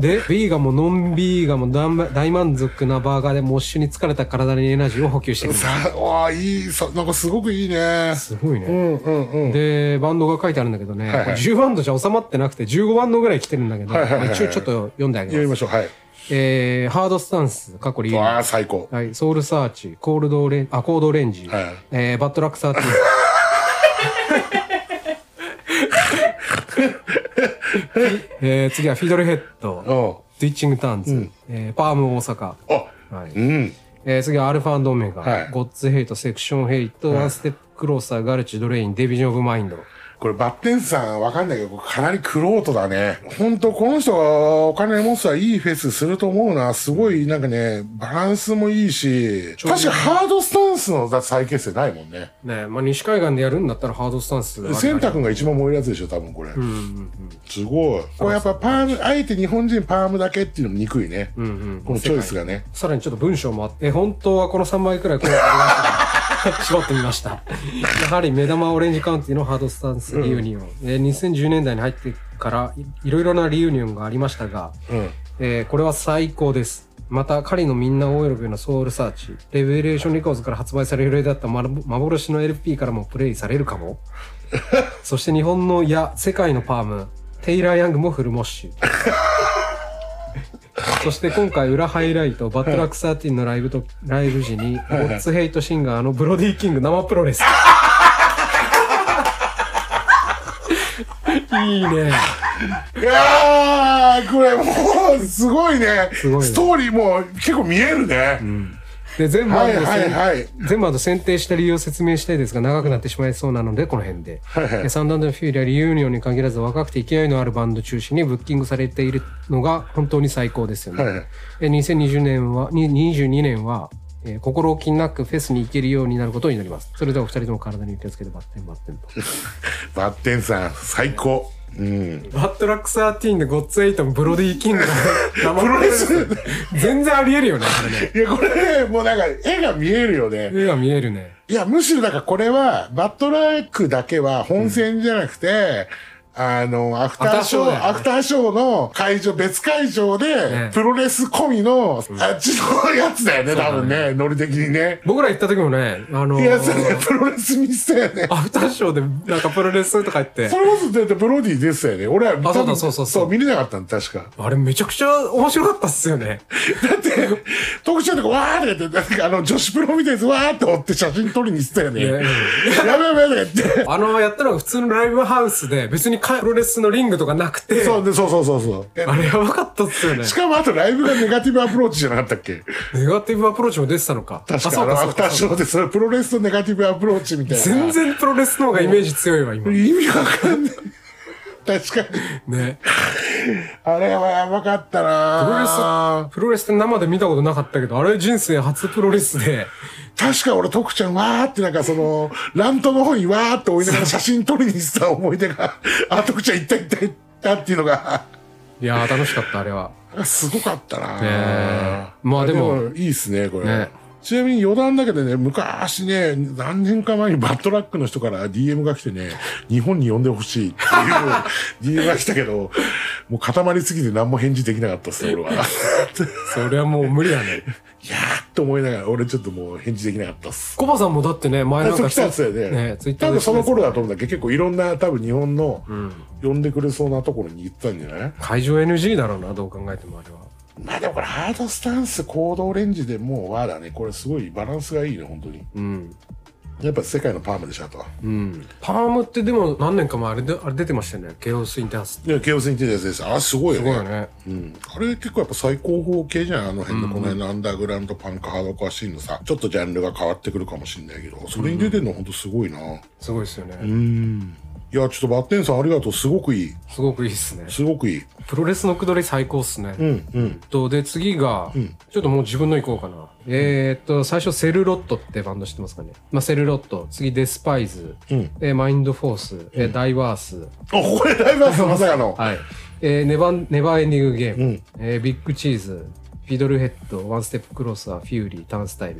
で、ビーガンもノンビーガンも大大満足なバーガーでモッシュに疲れた体にエナジーを補給してくれる。さ、わあ、いい、さ、なんかすごくいいね。すごいうね。んうんうん。で、バンドが書いてあるんだけどね、はいはいこれ10バンドじゃ収まってなくて15バンドぐらい来てるんだけど、はいはいはいはいまあ一応ちょっと読んであげやりま。ますしょう。はい。えー、ハードスタンス、過去リーわダあ、最高ー。。はい、ソウルサーチ、コールドオレン、あ、コードオレンジ、はいえー、バッドラックサーティーン。 えー、次はフィドルヘッド、おスイッチングターンズ、えーパーム大阪、うあ、はいうん。えー次はアルファオメガ、はいゴッツヘイト、セクションヘイト、ワンステップクローサー、ガルチ、ドレイン、デビジョン・オブ・マインド。これバッテンさんわかんないけど、かなりクロートだね。ほんと、この人がお金持つはいいフェスすると思うな。すごい、なんかね、バランスもいいし、ょうどい確いかハードスタンスの再結成ないもんね。ねえまあ、西海岸でやるんだったらハードスタンスありだね。センタ君が一番燃えるやつでしょ、多分これ。うんうんすごい。これやっぱパーム、あえて日本人パームだけっていうのも憎いね。うん。うんうんこのチョイスがね。さらにちょっと文章もあって、え本当はこの3倍くらいこうありました絞ってみました。やはり目玉オレンジカウンティのハードスタンスリユニオン。えー2010年代に入ってからいいろいろなリユニオンがありましたが、うん。えーこれは最高です。また、狩りのみんな大喜びのソウルサーチ、レベレーションリコーズから発売される予定だったまる幻の LP からもプレイされる かも。そして日本のや世界のパーム、テイラー・ヤングもフルモ ッシュ。そして今回裏ハイライト、バットラック13のライブと、ライブ時に、ゴッツヘイトシンガーのブロディ・キング生プ ロレス。いいね。いやー、これもう、すごいね。すごいねストーリーも結構見えるね。で、全部はあいるんですはいよ。はい。全部あの選定した理由を説明したいですが長くなってしまいそうなのでこの辺で、えサンダンドのフューリアリユニオンに限らず若くて勢いのあるバンド中心にブッキングされているのが本当に最高ですよね、はいはいえ2020年はに22年は、えー心置きなくフェスに行けるようになることになりますそれではお二人とも体に気をつけてバッテンバッテンとバッテンさん、最高。うん。バットラックス13でゴッツエイトもブロディ・キング の生プロレス全然ありえるよねいや、これ、もうなんか、絵が見えるよね。絵が見えるねいや、むしろだからこれは、バットラックだけは本戦じゃなくて、あの、アフターショー、アフターショーだよねアフターショーの会場、別会場で、ねプロレス込みの、あっちのやつだよね、多分ね、ノリ的にね。僕ら行った時もねあのいーや、それプロレス見せたよね。アフターショーでなんかプロレスとか言ってそれこそだってブロディ出てたよね。俺は多分、そうだそうそうそう見れなかったの、確か。あれめちゃくちゃ面白かったっすよね。だって、特徴とか、わーってやって、なんかあの、女子プロみたいなやつ、わーって追って写真撮りに行ってたよね。いややべいやべやべって。 あの、やったのが普通のライブハウスで、別にかプロレスのリングとかなくて、そうね、そうそうそうそう。 あれやばかったっすよね し。かもあとライブがネガティブアプローチじゃなかったっけネガティブアプローチも出てたのか。確あそかあうのアそうフターかショーでそれプロレスとネガティブアプローチみたいな。全然プロレスの方がイメージ強いわ、今。意味わかんない。確かに。ね。あれはやばかったなプロレスって生で見たことなかったけど、あれ人生初プロレスで、確か俺、徳ちゃん、わーってなんかその、乱闘の方にわーって追いながら写真撮りに行ってた思い出が、あ、徳ちゃん行った行った行ったっていうのが、いやー楽しかった、あれは。すごかったな、ねえまあでもいいっすね、これ。ねちなみに余談だけどね、昔ね、何年か前にバットラックの人から DM が来てね、日本に呼んでほしい っていう DM が来たけど、もう固まりすぎて何も返事できなかったっすね、 俺は。それはもう無理だね。いやーって思いながら、俺ちょっともう返事できなかったっす。コバさんもだってね、前あなんそうか来たんですよね。ツイッター多で分その頃だと思うんだけど、結構いろんな多分日本のん呼んでくれそうなところに行ったんじゃない、会場 NG だろうな、どう考えてもあれは。まあでもこれハードスタンス、行動レンジでもうわだね。これすごいバランスがいいね、本当に。うん。やっぱ世界のパームでしょ、あとは。うん。パームってでも何年か前あれで、あれ出てましたよね。ケオスインテハス。いや、ケオスインテリアスです。あ、すごいよすごいね。よね。うん。あれ結構やっぱ最高峰系じゃん、あの辺の、この辺のアンダーグラウンドパンクハードコアシーンのさ、ちょっとジャンルが変わってくるかもしんないけど、それに出てるのほんとすごいな。すごいですよね。うん。いや、ちょっとバッテンさんありがとう。すごくいい。すごくいいっすね。すごくいい。プロレスのくどり最高っすね。うん、うん。と、で、次が、ちょっともう自分の行こうかな。えーっと、最初、セルロットってバンド知ってますかね。まあ、セルロット、次、デスパイズ、うんえーマインドフォース、えーダイワース、あ、これライブハウスまさかの。はい。えーネバン、ネバーエンディングゲーム、うんえービッグチーズ、フィドルヘッド、ワンステップクローサー、フューリー、ターンスタイル。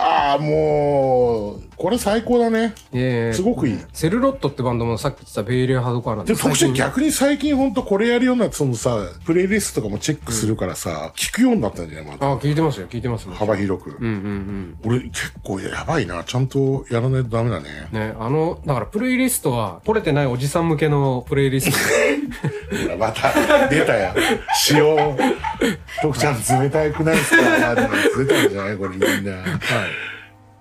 ああ、もう、これ最高だね。えーすごくいい。セルロットってバンドもさっき言ってたベイリアハードコアなんで、最特殊近に逆に最近ほんとこれやるようになって、そのさ、プレイリストとかもチェックするからさ、聞くようになったんじゃないまだあー、聞いてますよ、聞いてますよ。幅広く。うんうんうん。俺結構やばいな。ちゃんとやらないとダメだね。ね、あの、だからプレイリストは、取れてないおじさん向けのプレイリスト。ほらまた、出たや。塩。徳ちゃん冷たくないですかでも冷たいんじゃないこれみんな。はい。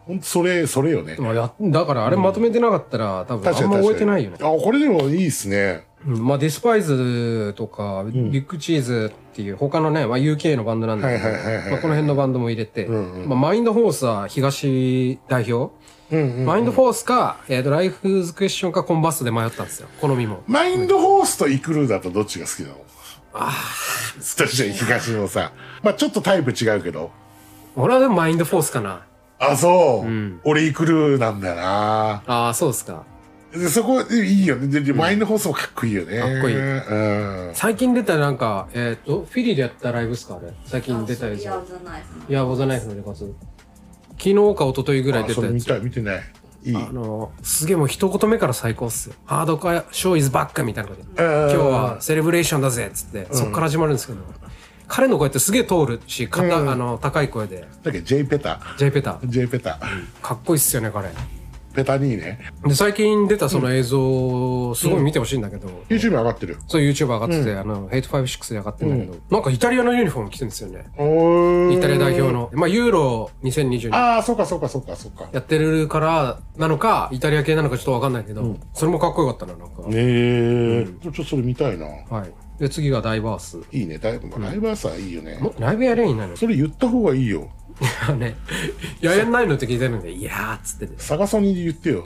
ほんとそれ、それよね。 まあ、やだからあれまとめてなかったら、多分あ確かんにま確か覚えに。てないよねあ、。これでもいいっすね。うんまあ、ディスパイズとか、ビッグチーズっていう、他のね、まあ、UK のバンドなんだけど、はいはいはいはいはいまあ、この辺のバンドも入れて、まあ、マインドフォースは東代表、うんうん。マインドフォースか、えっ、と、ライフズクエスチョンかコンバストで迷ったんですよ。好みも。マインドホースとイクルーだとどっちが好きなのああ。確かに東のさ。まあちょっとタイプ違うけど。俺はでもマインドフォースかな。あ、そう。ん俺イクルーなんだよな。ああ、そうですか。で、そこいいよね。で、でマインドホースもかっこいいよね。かっこいいうん。最近出たなんか、えっ、と、フィリーでやったライブっすかあれ。最近出たやつ。やじゃないいや、ボザナイフのレコツ。昨日か一昨日ぐらいあ出そたれや見つ。たい、見てない。いい。あの、すげえもう一言目から最高っすよ。ハードコア、ショーイズバックみたいなことで。今今日はセレブレーションだぜっつって、そっから始まるんですけど、彼の声ってすげえ通るし、かたあの、高い声で、だっけ J ペタジェイペタ、 J ペタ、かっこいいっすよね、彼。ペタニーねで、最近出たその映像、すごい見てほしいんだけど、 YouTube 上がってるそう YouTube 上がってて、あの、ヘイト56で上がってるんだけど、なんかイタリアのユニフォーム着てるんですよね。おイタリア代表の。まあ、ユーロ2022。ああそうかそうかそうかそうかやってるからなのか、イタリア系なのかちょっとわかんないけど、それもかっこよかったな、なんか。ええちょっとそれ見たいなはい。で、次がダイバース。いいねだいぶライバーさいいよねもライブやれんい ないのそれ言った方がいいよあね、やれんないのって聞いてるんで、いやーっつってね。サガソニーで言 ってよ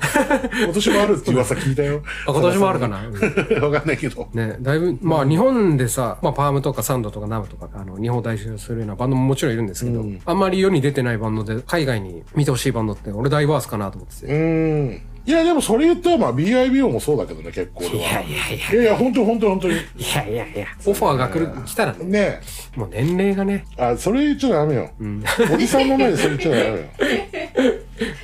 今年もあるって噂聞いたよあ、今年もあるかな。 分かんないけどね、だいぶ、まあ日本でさ、まあパームとかサンドとかナムとか、あの、日本を代表するようなバンドももちろんいるんですけど、あんまり世に出てないバンドで、海外に見てほしいバンドって、俺ダイバースかなと思ってうて。ーんいやでもそれ言ったらまあ BIBO もそうだけどね結構俺はいいやいや、いやいや本当本当本当にいやいやいや、オファーが来る、来たらね、ねもう年齢がね、えあそれ言っちゃダメよ、おじさんの前でそれ言っちゃダメよ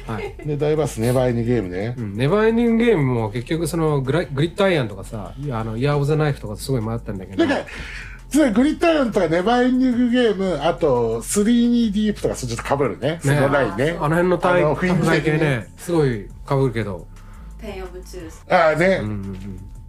はい。でダイバースネバーエニーゲームね、うんネバーエンディングゲームも結局そのグラグリッドアイアンとかさ、いやあの、イヤーオブザナイフとかすごい迷ったんだけ ど。なんか、つまりグリッドアイアンとかネバーエンディングゲーム、あと、3D ディープとか、それちょっと被るね。そのラインね。あの辺の体あの雰囲気体的系にね。ね、すごい被るけど、ペインオブチュース。ああね。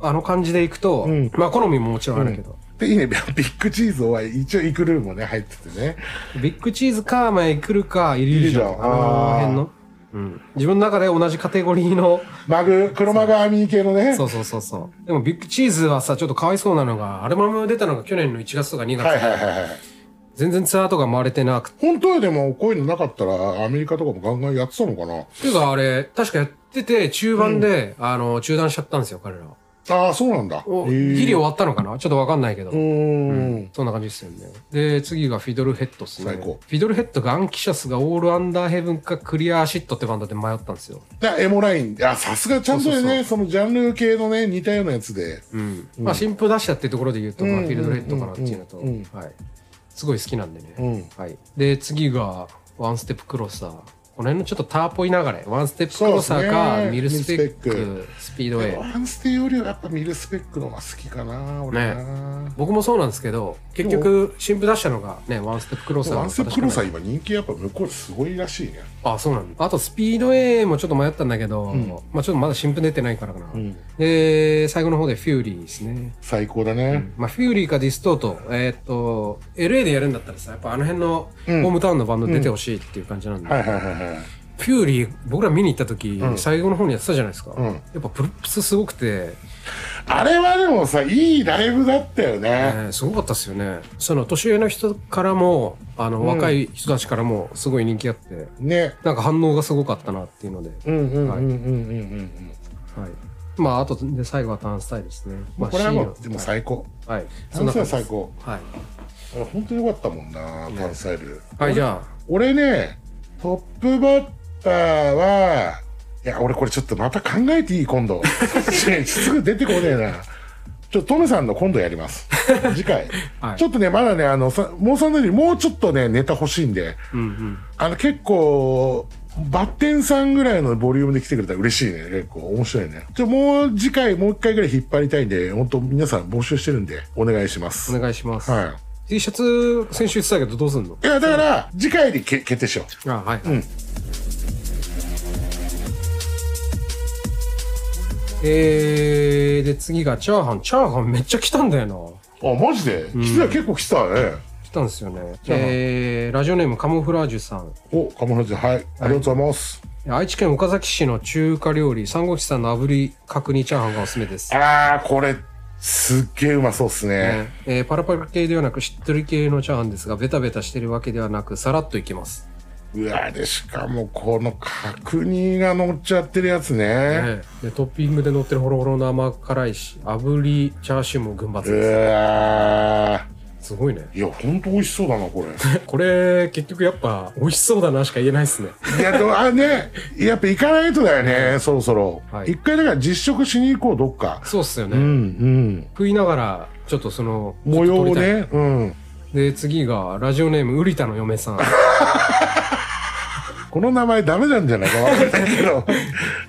あの感じでいくと、まあ好みももちろんあるけど、で、いいね。ビッグチーズは一応イクルーもね、入っててね。ビッグチーズか、まあ来るか、イリュージョンとか、あの辺の。うん、自分の中で同じカテゴリ ーの、マグ、黒マグアーミー系のね。そうそうそうそう。でもビッグチーズはさ、ちょっとかわいそうなのが、アルバム出たのが去年の1月とか2月、はいはいはいはい。全然ツアーとか回れてなくて本当はでも、こういうのなかったら、アメリカとかもガンガンやってたのかな。ていうかあれ、確かやってて、中盤で、あの、中断しちゃったんですよ、彼らは。ああそうなんだおへえギリ終わったのかなちょっとわかんないけど、うーんそんな感じですよねで次がフィドルヘッドですね最高フィドルヘッドがアンキシャスがオールアンダーヘブンかクリアアシットってバンドで迷ったんですよ、だからエモラインあさすがちゃんとねそそうそうそのジャンル系のね似たようなやつでうんまあ新譜出したっていうところで言うと、まあ、うんフィルドルヘッドかなっていうのと、うんうんはい、すごい好きなんでね、うんはい、で次がワンステップクロスターこの辺のちょっとターポイ流れワンステップクロスそターうですかねミルスペッミルクスピードウェイワンステよりはやっぱミルスペックの方が好きかな俺な、僕もそうなんですけど結局新譜出したのがねワンステップクロスターワンステクロさーん今人気やっぱ向こうすごいらしいねあそうなんだあとスピードウェイもちょっと迷ったんだけど、まあちょっとまだ新譜出てないからかな、で最後の方でフューリーですね最高だね、まあ、フューリーかディストート、えーっと、LA でやるんだったらさ、やっぱあの辺のホームタウンのバンド出てほしいっていう感じなんで、はいはいはいはいフューリー、僕ら見に行った時、最後の方にやってたじゃないですか。んやっぱプロップスすごくて、あれはでもさいいライブだったよえね、ーすごかったですよね。その、年上の人からも、あの、若い人たちからも、すごい人気あって、ねなんか反応がすごかったなっていうので、うんうんうんうんうんうん、はい。まあ、あと、で、最後はターンスタイルですね。まあ、これはも C うのでも最高はい。タンスタイルそんな感最高じはい。あれ本当に良かったもんなタンスタイルはい、じゃ俺ねトップバッターはいや俺これちょっとまた考えていい今 度すぐ出てこねえなちょっとトムさんの今度やります次回、 はいちょっとねまだねあのさもうその時もうちょっとねネタ欲しいんであ、うんうん。あの結構バッテンさんぐらいのボリュームで来てくれたら嬉しいね結構面白いねちょもう次回もう一回ぐらい引っ張りたいんで本当皆さん募集してるんでお願いしますお願いします。は T シャツ、先週言ってたけど、どうすんのいいやだから次回で決決定しようあはい、んえー、で次がチャーハンチャーハンめっちゃ来たんだよなあ、マジで、来てた、結構来てたね。来たんですよャねーハンえー、ラジオネームカモフラージュさんお、カモフラージュ、はい、ありがとうございます。愛知県岡崎市の中華料理三国志さんの炙り角煮チャーハンがおすすめです、あー、これ、すっげえうまそうっすね。ねえーパラパラ系ではなくしっとり系のチャーハンですがベタベタしてるわけではなくさらっといけます、うわで、しかも、この角煮が乗っちゃってるやつね。ええでトッピングで乗ってるホロホロの甘辛いし炙りチャーシューも群抜うですわすごいね ーいや、ほんと美味しそうだな、これ。これ結局やっぱ美味しそうだなしか言えないですね いや、でも、あ、ね、やっぱ行かないとだよね、そろそろ。はい一回、だから実食しに行こう、どっか。そうっすよね、うん、うん。食いながらちょっとその模様をちょっと撮りね、うん。たいで次がラジオネームウリタの嫁さんこの名前ダメなんじゃないかわかんないけ ど。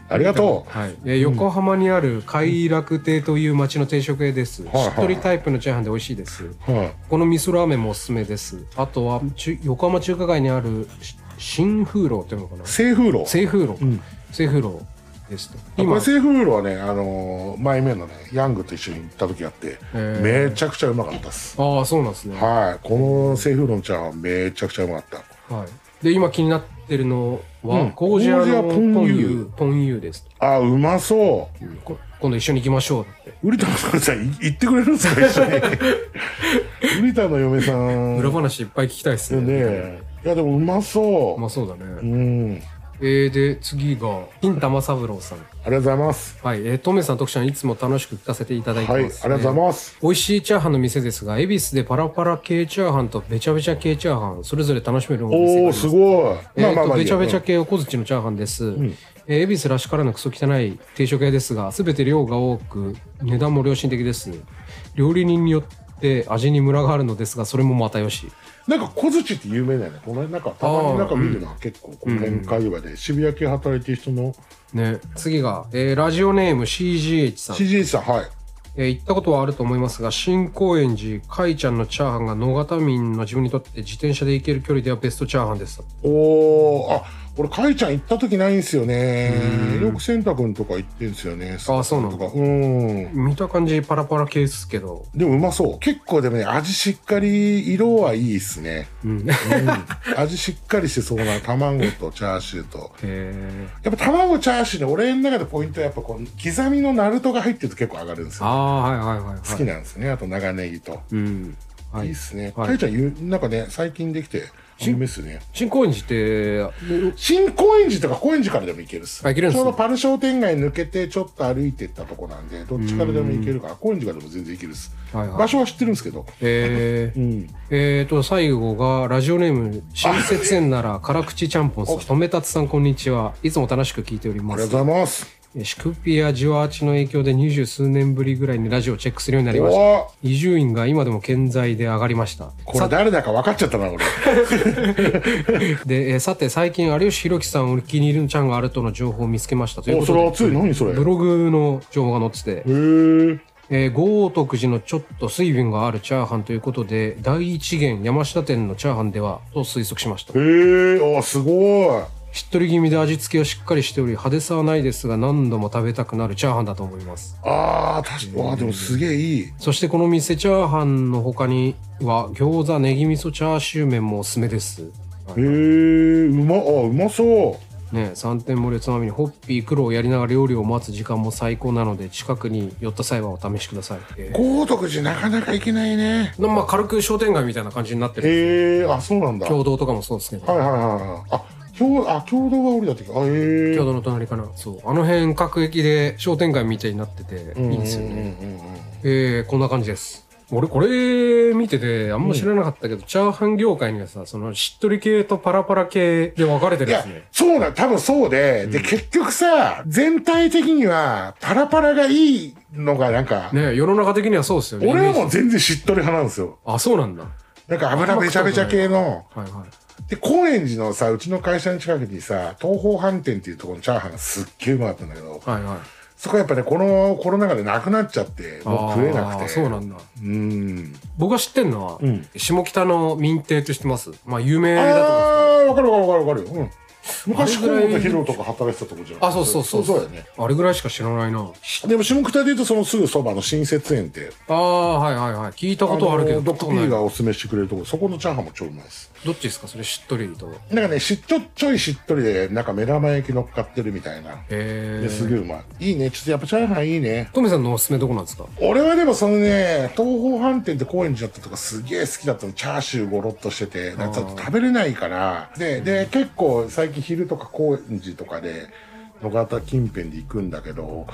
ありがとう。はい、え横浜にある偕楽亭という町の定食屋です、はいしっとりタイプのチャーハンで美味しいです、はい。この味噌ラーメンもおすすめですあとは中横浜中華街にあるし新風楼っていうのかな西風楼。清風楼、清風楼ですとこ今れセーフールはね、あのー、前面のね、ヤングと一緒に行った時あって、へめちゃくちゃうまかったっす。ああそうなんですねはい。このセーフールのちゃんはめちゃくちゃうまかった。はい、で今気になってるのは、うんゴージャーのゴーポジャーンポンユユーーポンユーですあ、うまそこ今度一緒に行きましょうってう。ウリタのさんさ、い行ってくれるんですか 一緒に。ウリタの嫁さん。裏話いっぱい聞きたいですねねいや、でもうまそうう。まあそうだね、うん。えー、で次が金玉三郎さんありがとうございます。はいえー、トメさん徳ちゃんいつも楽しく聞かせていただいてはい。ありまがす、とうございすます。美味しいチャーハンの店ですが恵比寿でパラパラ系チャーハンとべちゃべちゃ系チャーハンそれぞれ楽しめるお店がありおまー、すすごい。えーといべいちやゃべちゃ系小槌のチャーハンです。えー恵比寿らしからぬクソ汚い定食屋ですが、すべて量が多く、値段も良心的です。料理人によって味にムラがあるのですが、それもまたよし。なんか小槌って有名だよね。この辺なんかたまになんか見るな、結構この辺界隈で、渋谷系働いてる人のね、次が、えーラジオネーム CGH さん、 CJ さんはい。えー行ったことはあると思いますが新高円寺かいちゃんのチャーハンが野方民の自分にとって自転車で行ける距離ではベストチャーハンですおーあ俺かいちゃん行った時ないんすよねよく仙太君とか行ってんすよねあそうなんだとかうん見た感じパラパラ系ですけど、でもうまそう結構でもね味しっかり色はいいっすね、うんうん味しっかりしてそうな卵とチャーシューとえやっぱ卵チャーシューね俺の中でポイントはやっぱこの刻みのナルトが入ってると結構上がるんですー、よああーはいはいはい、はい、好きなんですねあと長ネギと、、うんはいいいっすね、はいかいちゃんゆなんかね最近できてアニメっすね新高円寺って、う新高円寺とか高円寺からでも行けるっすあ行けるんすちねょうどパル商店街抜けてちょっと歩いてったとこなんでどっちからでも行けるから高円寺からでも全然行けるっすはいはい場所は知ってるんですけどえ ーうんえーと、最後が、ラジオネーム、新設園なら、辛口ちゃんぽんさん、とめたつさん、こんにちは。いつも楽しく聞いておりあまりがす。とうございますえーシクピやジワーチの影響で二十数年ぶりぐらいにラジオをチェックするようになりました。お伊集院が今でも健在で上がりました。これ誰だか分かっちゃったな俺で、えーさて最近有吉弘樹さんお気に入りのちゃんがあるとの情報を見つけましたというおこそとれで熱い何それへブログの情報が載ってて、ええー、豪徳寺のちょっと水分があるチャーハンということで第一元山下店のチャーハンではと推測しましたへえあすごいしっとり気味で味付けをしっかりしており派手さはないですが何度も食べたくなるチャーハンだと思いますあー確かわあでもすげえいいそしてこの店チャーハンの他には餃子ネギ味噌チャーシュー麺もおすすめですへえうまあうまそうね、3点盛りをつまみにホッピー黒をやりながら料理を待つ時間も最高なので近くに寄った際はお試しください、え豪徳寺なかなか行けないねーまあ、軽く商店街みたいな感じになってるへえあそうなんだはい共同とかもそうですけど、はいはいはいあ共あ共同が降りた時あへえ共同の隣かなそうあの辺各駅で商店街みたいになってていいんですよね、えーこんな感じです俺これ見ててあんま知らなかったけど、チャーハン業界にはさそのしっとり系とパラパラ系で分かれいてるんでやすね、そうだ、多分そうで、で、結局さ、全体的には、パラパラがいいのが、なんか、ね世の中的にはそうですよね俺はイメもーうジ全然しっとり派なんですよ。あそうなんだなんか油べちゃべちゃ系の。はいはいで、高円寺のさ、うちの会社の近くにさ、東方飯店っていうところのチャーハンがすっげえうまかったんだけど、はいはいそこはやっぱね、このコロナ禍でなくなっちゃって、もう食えなくあーて。そうなんだうん。僕が知ってんのは、ん下北の民邸って知ってますまあ有名あだと思うんあでー、わかるわかるわかるわかる。うん。昔、あ河れぐら本いヒロとか働いてたとこじゃん。すあそうそうそうそうだよね。あれぐらいしか知らないなでも、下北で言うと、そのすぐそばの新設園って、ああはいはいはい聞いたことはあるけどのドッグピーどがおすすめしてくれるところそこのチャーハンも超うまいですどっちですかそれしっとりとへなんかねしっとちょいしっとりでなんか目玉焼き乗っかってるみたいなえですげえうまいいいねちょっとやっぱチャーハンいいねトミさんのおすすめどこなんですか俺はでもそのね東方飯店って高円寺だったとかすげえ好きだったのチャーシューゴロッとしててなんかちょっと食べれないからでで結構最近昼とか高円寺とかで野方近辺で行くんだけど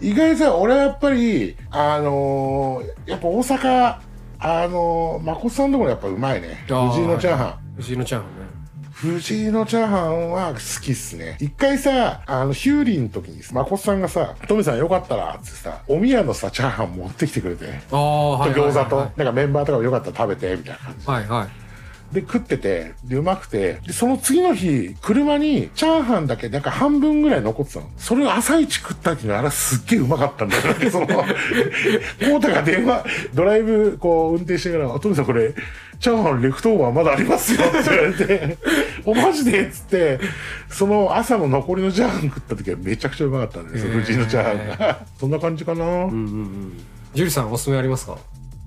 意外とさ俺はやっぱりあのーやっぱ大阪あのー、まこさんのところやっぱうまいねあー藤井のチャーハン、藤井のチャーハンね藤井のチャーハンは好きっすね。一回さ、あの、ヒューリーの時にさ、まこさんがさ、トミさんよかったら、つってさ、お宮のさ、チャーハン持ってきてくれて、ああはいはいはい餃子と、なんかメンバーとかもよかったら食べて、みたいな感じ。はいはいで、食ってて、で、うまくて、で、その次の日、車にチャーハンだけ、なんか半分ぐらい残ってたの。それを朝一食った時のあれすっげえうまかったんだよ。なんか その、コータが電話、ドライブ、こう、運転しながら、トミさんこれ、チャーハンレフトオーバーまだありますよって言われて、 お、マジでっつって、その朝の残りのチャーハン食った時はめちゃくちゃうまかったんですよ、へー藤井のチャーハン が。そんな感じかな。うんうんうんジュリさんおすすめありますか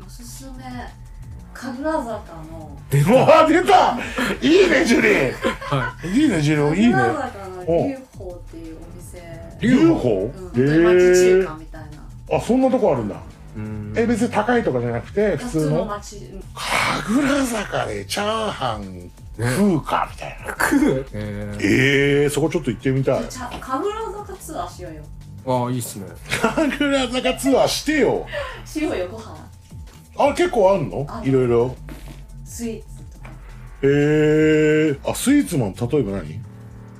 おすすめ神楽坂のでも、あ出たいいね、ジュリーはいいね、ジュリーいいね。神楽坂の龍宝っていうお店龍宝うん、え町中ー華みたいなあそんなとこあるんだ うんえ別に高いとかじゃなくて普普通通のの町神楽坂でチャーハン食うかみたいなえええー、そこちょっと行ってみたいちゃ神楽坂ツアーしようよー、ああいいっすね神楽坂ツアーしてよしようよご飯あ結構あんのあるいろいろスイーツとかええー、あスイーツも例えば何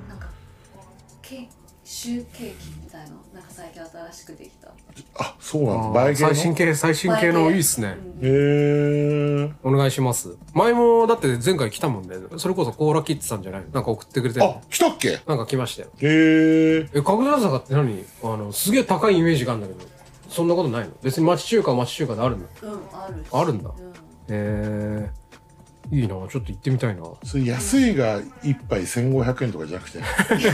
なんかこうケーキシューケーキみたいななんか最近新しくできたあそうなあんーだバイキン最新系最新系のいいっすねうんええー、お願いします前もだって前回来たもんねそれこそコーラキッズさんじゃないなんか送ってくれてあ来たっけなんか来ましたよええー、え、神楽坂って何あの、すげえ高いイメージがあるんだけど、そんなことないの別に町中華は町中華であるんだ。うんあるしあるんだうんえー、いいなちょっと行ってみたいな。それ安いが一杯1500円とかじゃなくて普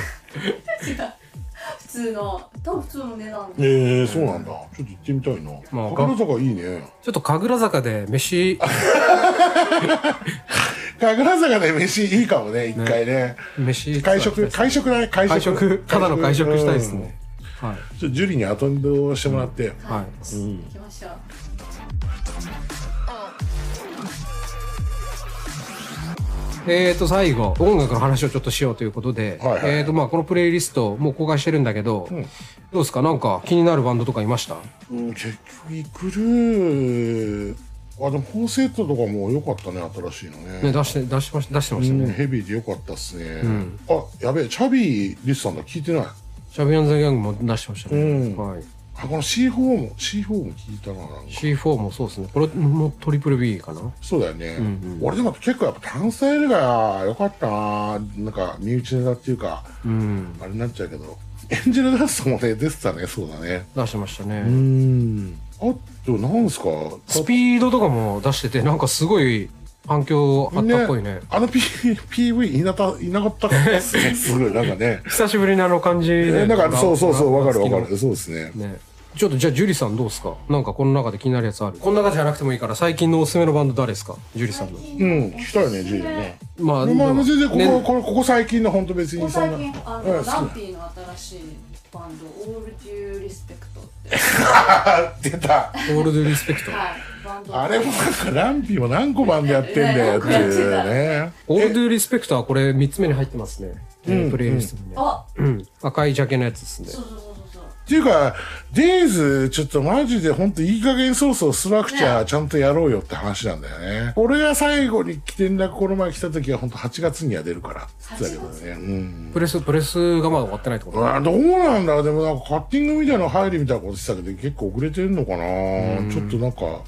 通の多分普通の値段ええー、そうなんだちょっと行ってみたいな、まあ神楽坂いいねちょっと神楽坂で飯、神楽坂で飯いいかもね一回ね飯、会食会食だね会食会食、ただの会食したいです、ね。はい。うんちょっとジュリにアテンドしてもらって、はい。行きましょうえー、と最後音楽の話をちょっとしようということで、はいはいえーとまあ、このプレイリストもう公開してるんだけど、どうですかなんか気になるバンドとかいましたうん、結局イクルーあでも本セットとかも良かったね新しいのねね、出して出しました出してまうしたんね。ヘビーで良かったっすね、あやべえチャビーリスさんだ聞いてないシャビアンザギャングも出してましたね。うんはい。あこの C4 も C4 も聞いたななんか C4 もそうですね。これもトリプル B かな。そうだよね、ん俺でも結構やっぱ単スタイルが良かったななんか身内ネタっていうかうん。あれになっちゃうけどエンジェルダストもね出てたねそうだね出してましたね。うんあとなんすかスピードとかも出しててなんかすごい反響あったっぽいね。あの P PV いなたいなかったからねすごいなんかね久しぶりにあの感じ えで。ーなんかそうそうそうわかるわ好きなかるそうですねね。ちょっとじゃあジュリさんどうですかなんかこの中で気になるやつあるこんな中じゃなくてもいいから最近のおすすめのバンド誰ですかジュリさんの。うん聞きたいねジュリーねまあ、まあ全然ここ、ねこれここ最近の本当別ここにそん最な近あうのん好きランピーの新しいバンドオールデューリスペクトってあ出たオールドリスペ クト。はいバンドあれもなんかランピーも何個バンドやってんだよって いうねオールドリスペクトはこれ3つ目に入ってますね。プレイリストにね。あうん、赤いジャケのやつですね。そうそうそうそうっていうか、デイズ、ちょっとマジで本当いい加減そうそうストラクチャーちゃんとやろうよって話なんだよね。俺が最後に来てんだ、この前来た時は本当8月には出るからって言ってたけどね。うん。プレス、プレスがまだ終わってないってことうわどうなんだろうでもなんかカッティングみたいなの入りみたいなことしてたけど結構遅れてんのかなちょっとなんか、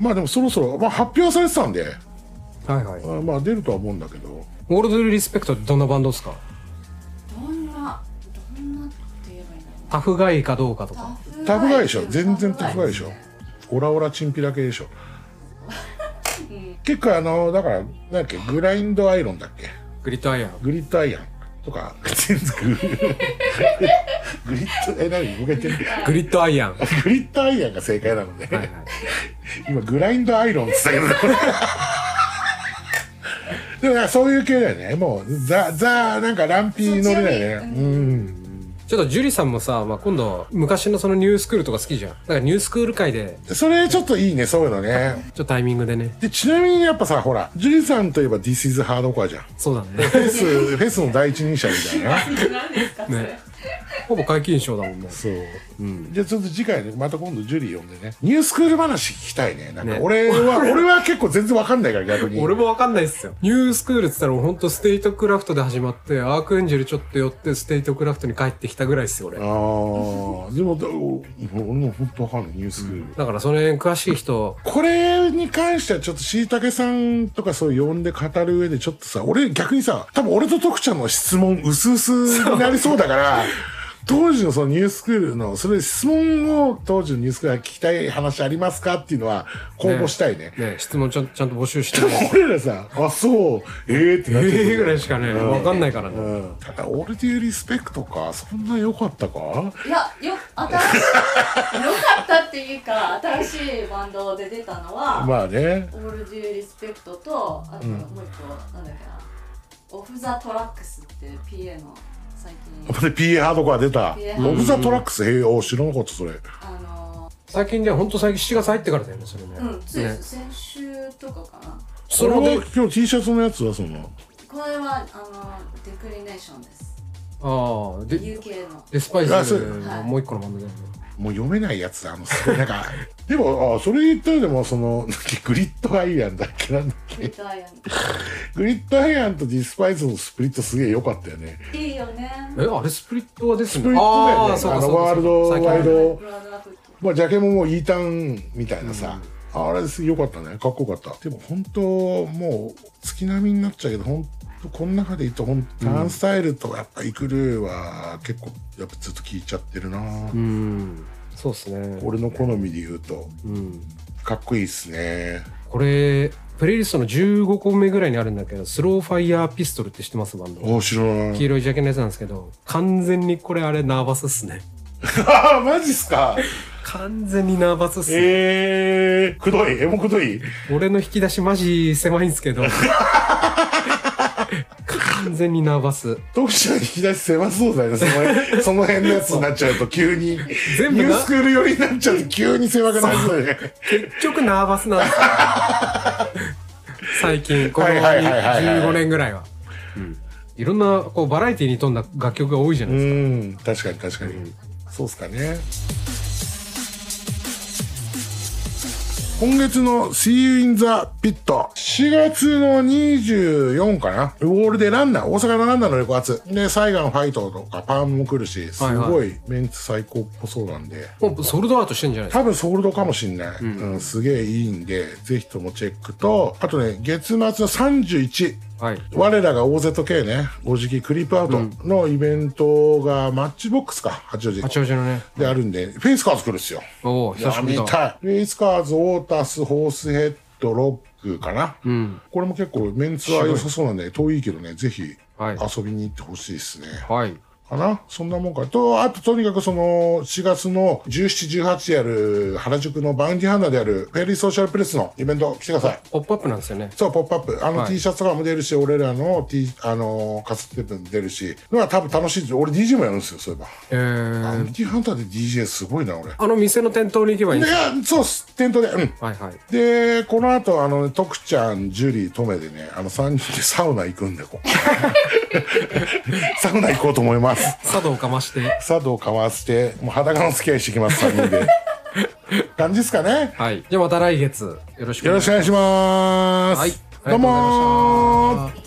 まあでもそろそろ、まあ発表されてたんで、はいはい。あまあ出るとは思うんだけど。オールドリスペクトってどんなバンドですかどんなどんなって言えばいいんだろうタフガイかどうかとか。なタフガイでしょ全然タフガイでしょオラオラチンピラ系でしょ結構あのだからなんだっけグラインドアイロンだっけグリッドアイアン。グリッドアイアンとか全然グリグリッドえ何動けてるグリッドアイアン。はいグリッドアイアンが正解なので、はい。今グラインドアイロンって言ったけどでもなんかそういう系だよねもうザザなんかランピー乗りだよねうんちょっとジュリさんもさ、まあ、今度、昔のそのニュースクールとか好きじゃん。だからニュースクール界で、それちょっといいねそういうのねちょっとタイミングでね。でちなみにやっぱさほらジュリさんといえば This is Hardcore じゃんそうだね。フェス、フェスの第一人者みたいな。何ですかそれ ね。ほぼ解禁賞だもんね。そう。じゃあちょっと次回ね、また今度ジュリー呼んでね。ニュースクール話聞きたいね。なんかね俺 は、俺は結構全然わかんないから逆に。俺もわかんないっすよ。ニュースクールっつったら、ほんとステートクラフトで始まって、アークエンジェルちょっと寄って、ステートクラフトに帰ってきたぐらいっすよ、俺。ああ、でも、だお俺も本当わかんない、ニュースクール。だからその辺詳しい人、これに関してはちょっとしいたけさんとかそう呼んで語る上でちょっとさ、俺逆にさ、多分俺と徳ちゃんの質問薄々になりそうだから、当時のそのニュースクールの、それ質問を当時のニュースクールが聞きたい話ありますかっていうのは公募したいね。ね、質問ちゃんちゃんと募集 して、俺らさ、あ、そう、ええー、ってなっえてえぐらいししかね、わかんないからね。うん、ただ、オールデューリスペクトか、そんな良かったかいやよ新しい良かったっていうか新しいバンドで出たのは、まあね。オールデューリスペクトとあともう一個、なんだっけなオフ・ザ・トラックスっていう PA の最近で、PA ハードコア出た PA。オブザトラックス、へえ、お、知らなかった、それ。あの最近ね、ほんと最近7月入ってからだよね、それね。うんついね先週とかかなそれれもでは、今日 T シャツのやつは、その、これはあのデクリネーションですああ、で、 UK のデスパイあスそうのもう一個のバンドだよね。もう読めないやつだ、あの、すごい、なんか、 でも、あ、それ言ったらでも、その、なんだっけグリッドアイアンだっけ、なんだっフリけ。ットアイアングリッドアイアンとディスパイスのスプリットすげえ良かったよね。いいよねえ、あれスプリットはですスね。プリットだよねああ、そうあかその、うかそうか。ワールドワイ最近ドブ。ラザーフットまあ、ジャケももうイータンみたいなさ、あれですよかったねかっこよかったでも本当もう月並みになっちゃうけど本当この中で言うと本当ターンスタイルとやっぱイクルーは結構やっぱずっと聞いちゃってるな、うん。そうっすね。俺の好みで言うとうん。かっこいいっすねこれ、プレイリストの15個目ぐらいにあるんだけど、スローファイヤーピストルって知ってますバンド。おお知らな黄い色いジャケのやつなんですけど、完全にこれあれナーバスっすね。ああマジっす か完全にナーバスっすね。ええー、くどいえもくどい俺の引き出しマジ狭いんですけど完全にナーバス読者の引き出し狭そうだよねそ のその辺のやつになっちゃうと急に全ニ部ュなースクール寄りになっちゃうと急に狭くなりそうだよね結局ナーバスなんですよ最近このはいはいはいはいはい15年ぐらいは、うんいろんなこうバラエティに富んだ楽曲が多いじゃなういですか、ん確かに確かに、そうっすかね今月の See You in the Pit 4月の24かなウォールでランナー大阪のランナーの旅発でサイガンファイトとかパームも来るしすはいはいごいメンツ最高っぽそうなんで、もうソールドアウトしてんじゃないですか多分ソールドかもしんない、うんすげえいいんでぜひともチェックとあとね月末の31はい我らが OZK ね、おじきクリープアウトのイベントが、マッチボックスか、八王子八王子のねであるんで、フェイスカーズ来るんですよ。おお久しぶりいやだ見たい。フェイスカーズ、オータス、ホースヘッド、ロックかな。うんこれも結構メンツは良さそうなんで、遠いけどね、ぜひはい遊びに行ってほしいですね。はいかなそんなもんか。と、あととにかくその、4月の17、18やる、原宿のバウンディハンナである、フェリーソーシャルプレスのイベント来てください。ポップアップなんですよねそう、ポップアップ。あのはい T シャツとかも出るし、俺らの T、あのー、カステープも出るし、まあ多分楽しいです。俺 DJ もやるんですよ、そういえば。えアー、ンティハンターで DJ すごいな、俺。あの店の店頭に行けばいいんいですかや、そうっす。店頭で。うん。はい はいで、この後、あの、徳ちゃん、ジュリー、トメでね、あの、3人でサウナ行くんで、こう サウナ行こうと思います。茶道かまして茶道かわして、もう裸の付き合いしてきます、3人で。 感じですかね。はいじゃあまた来月よろしくよろしくお願いします。はいどうもーありがとうございました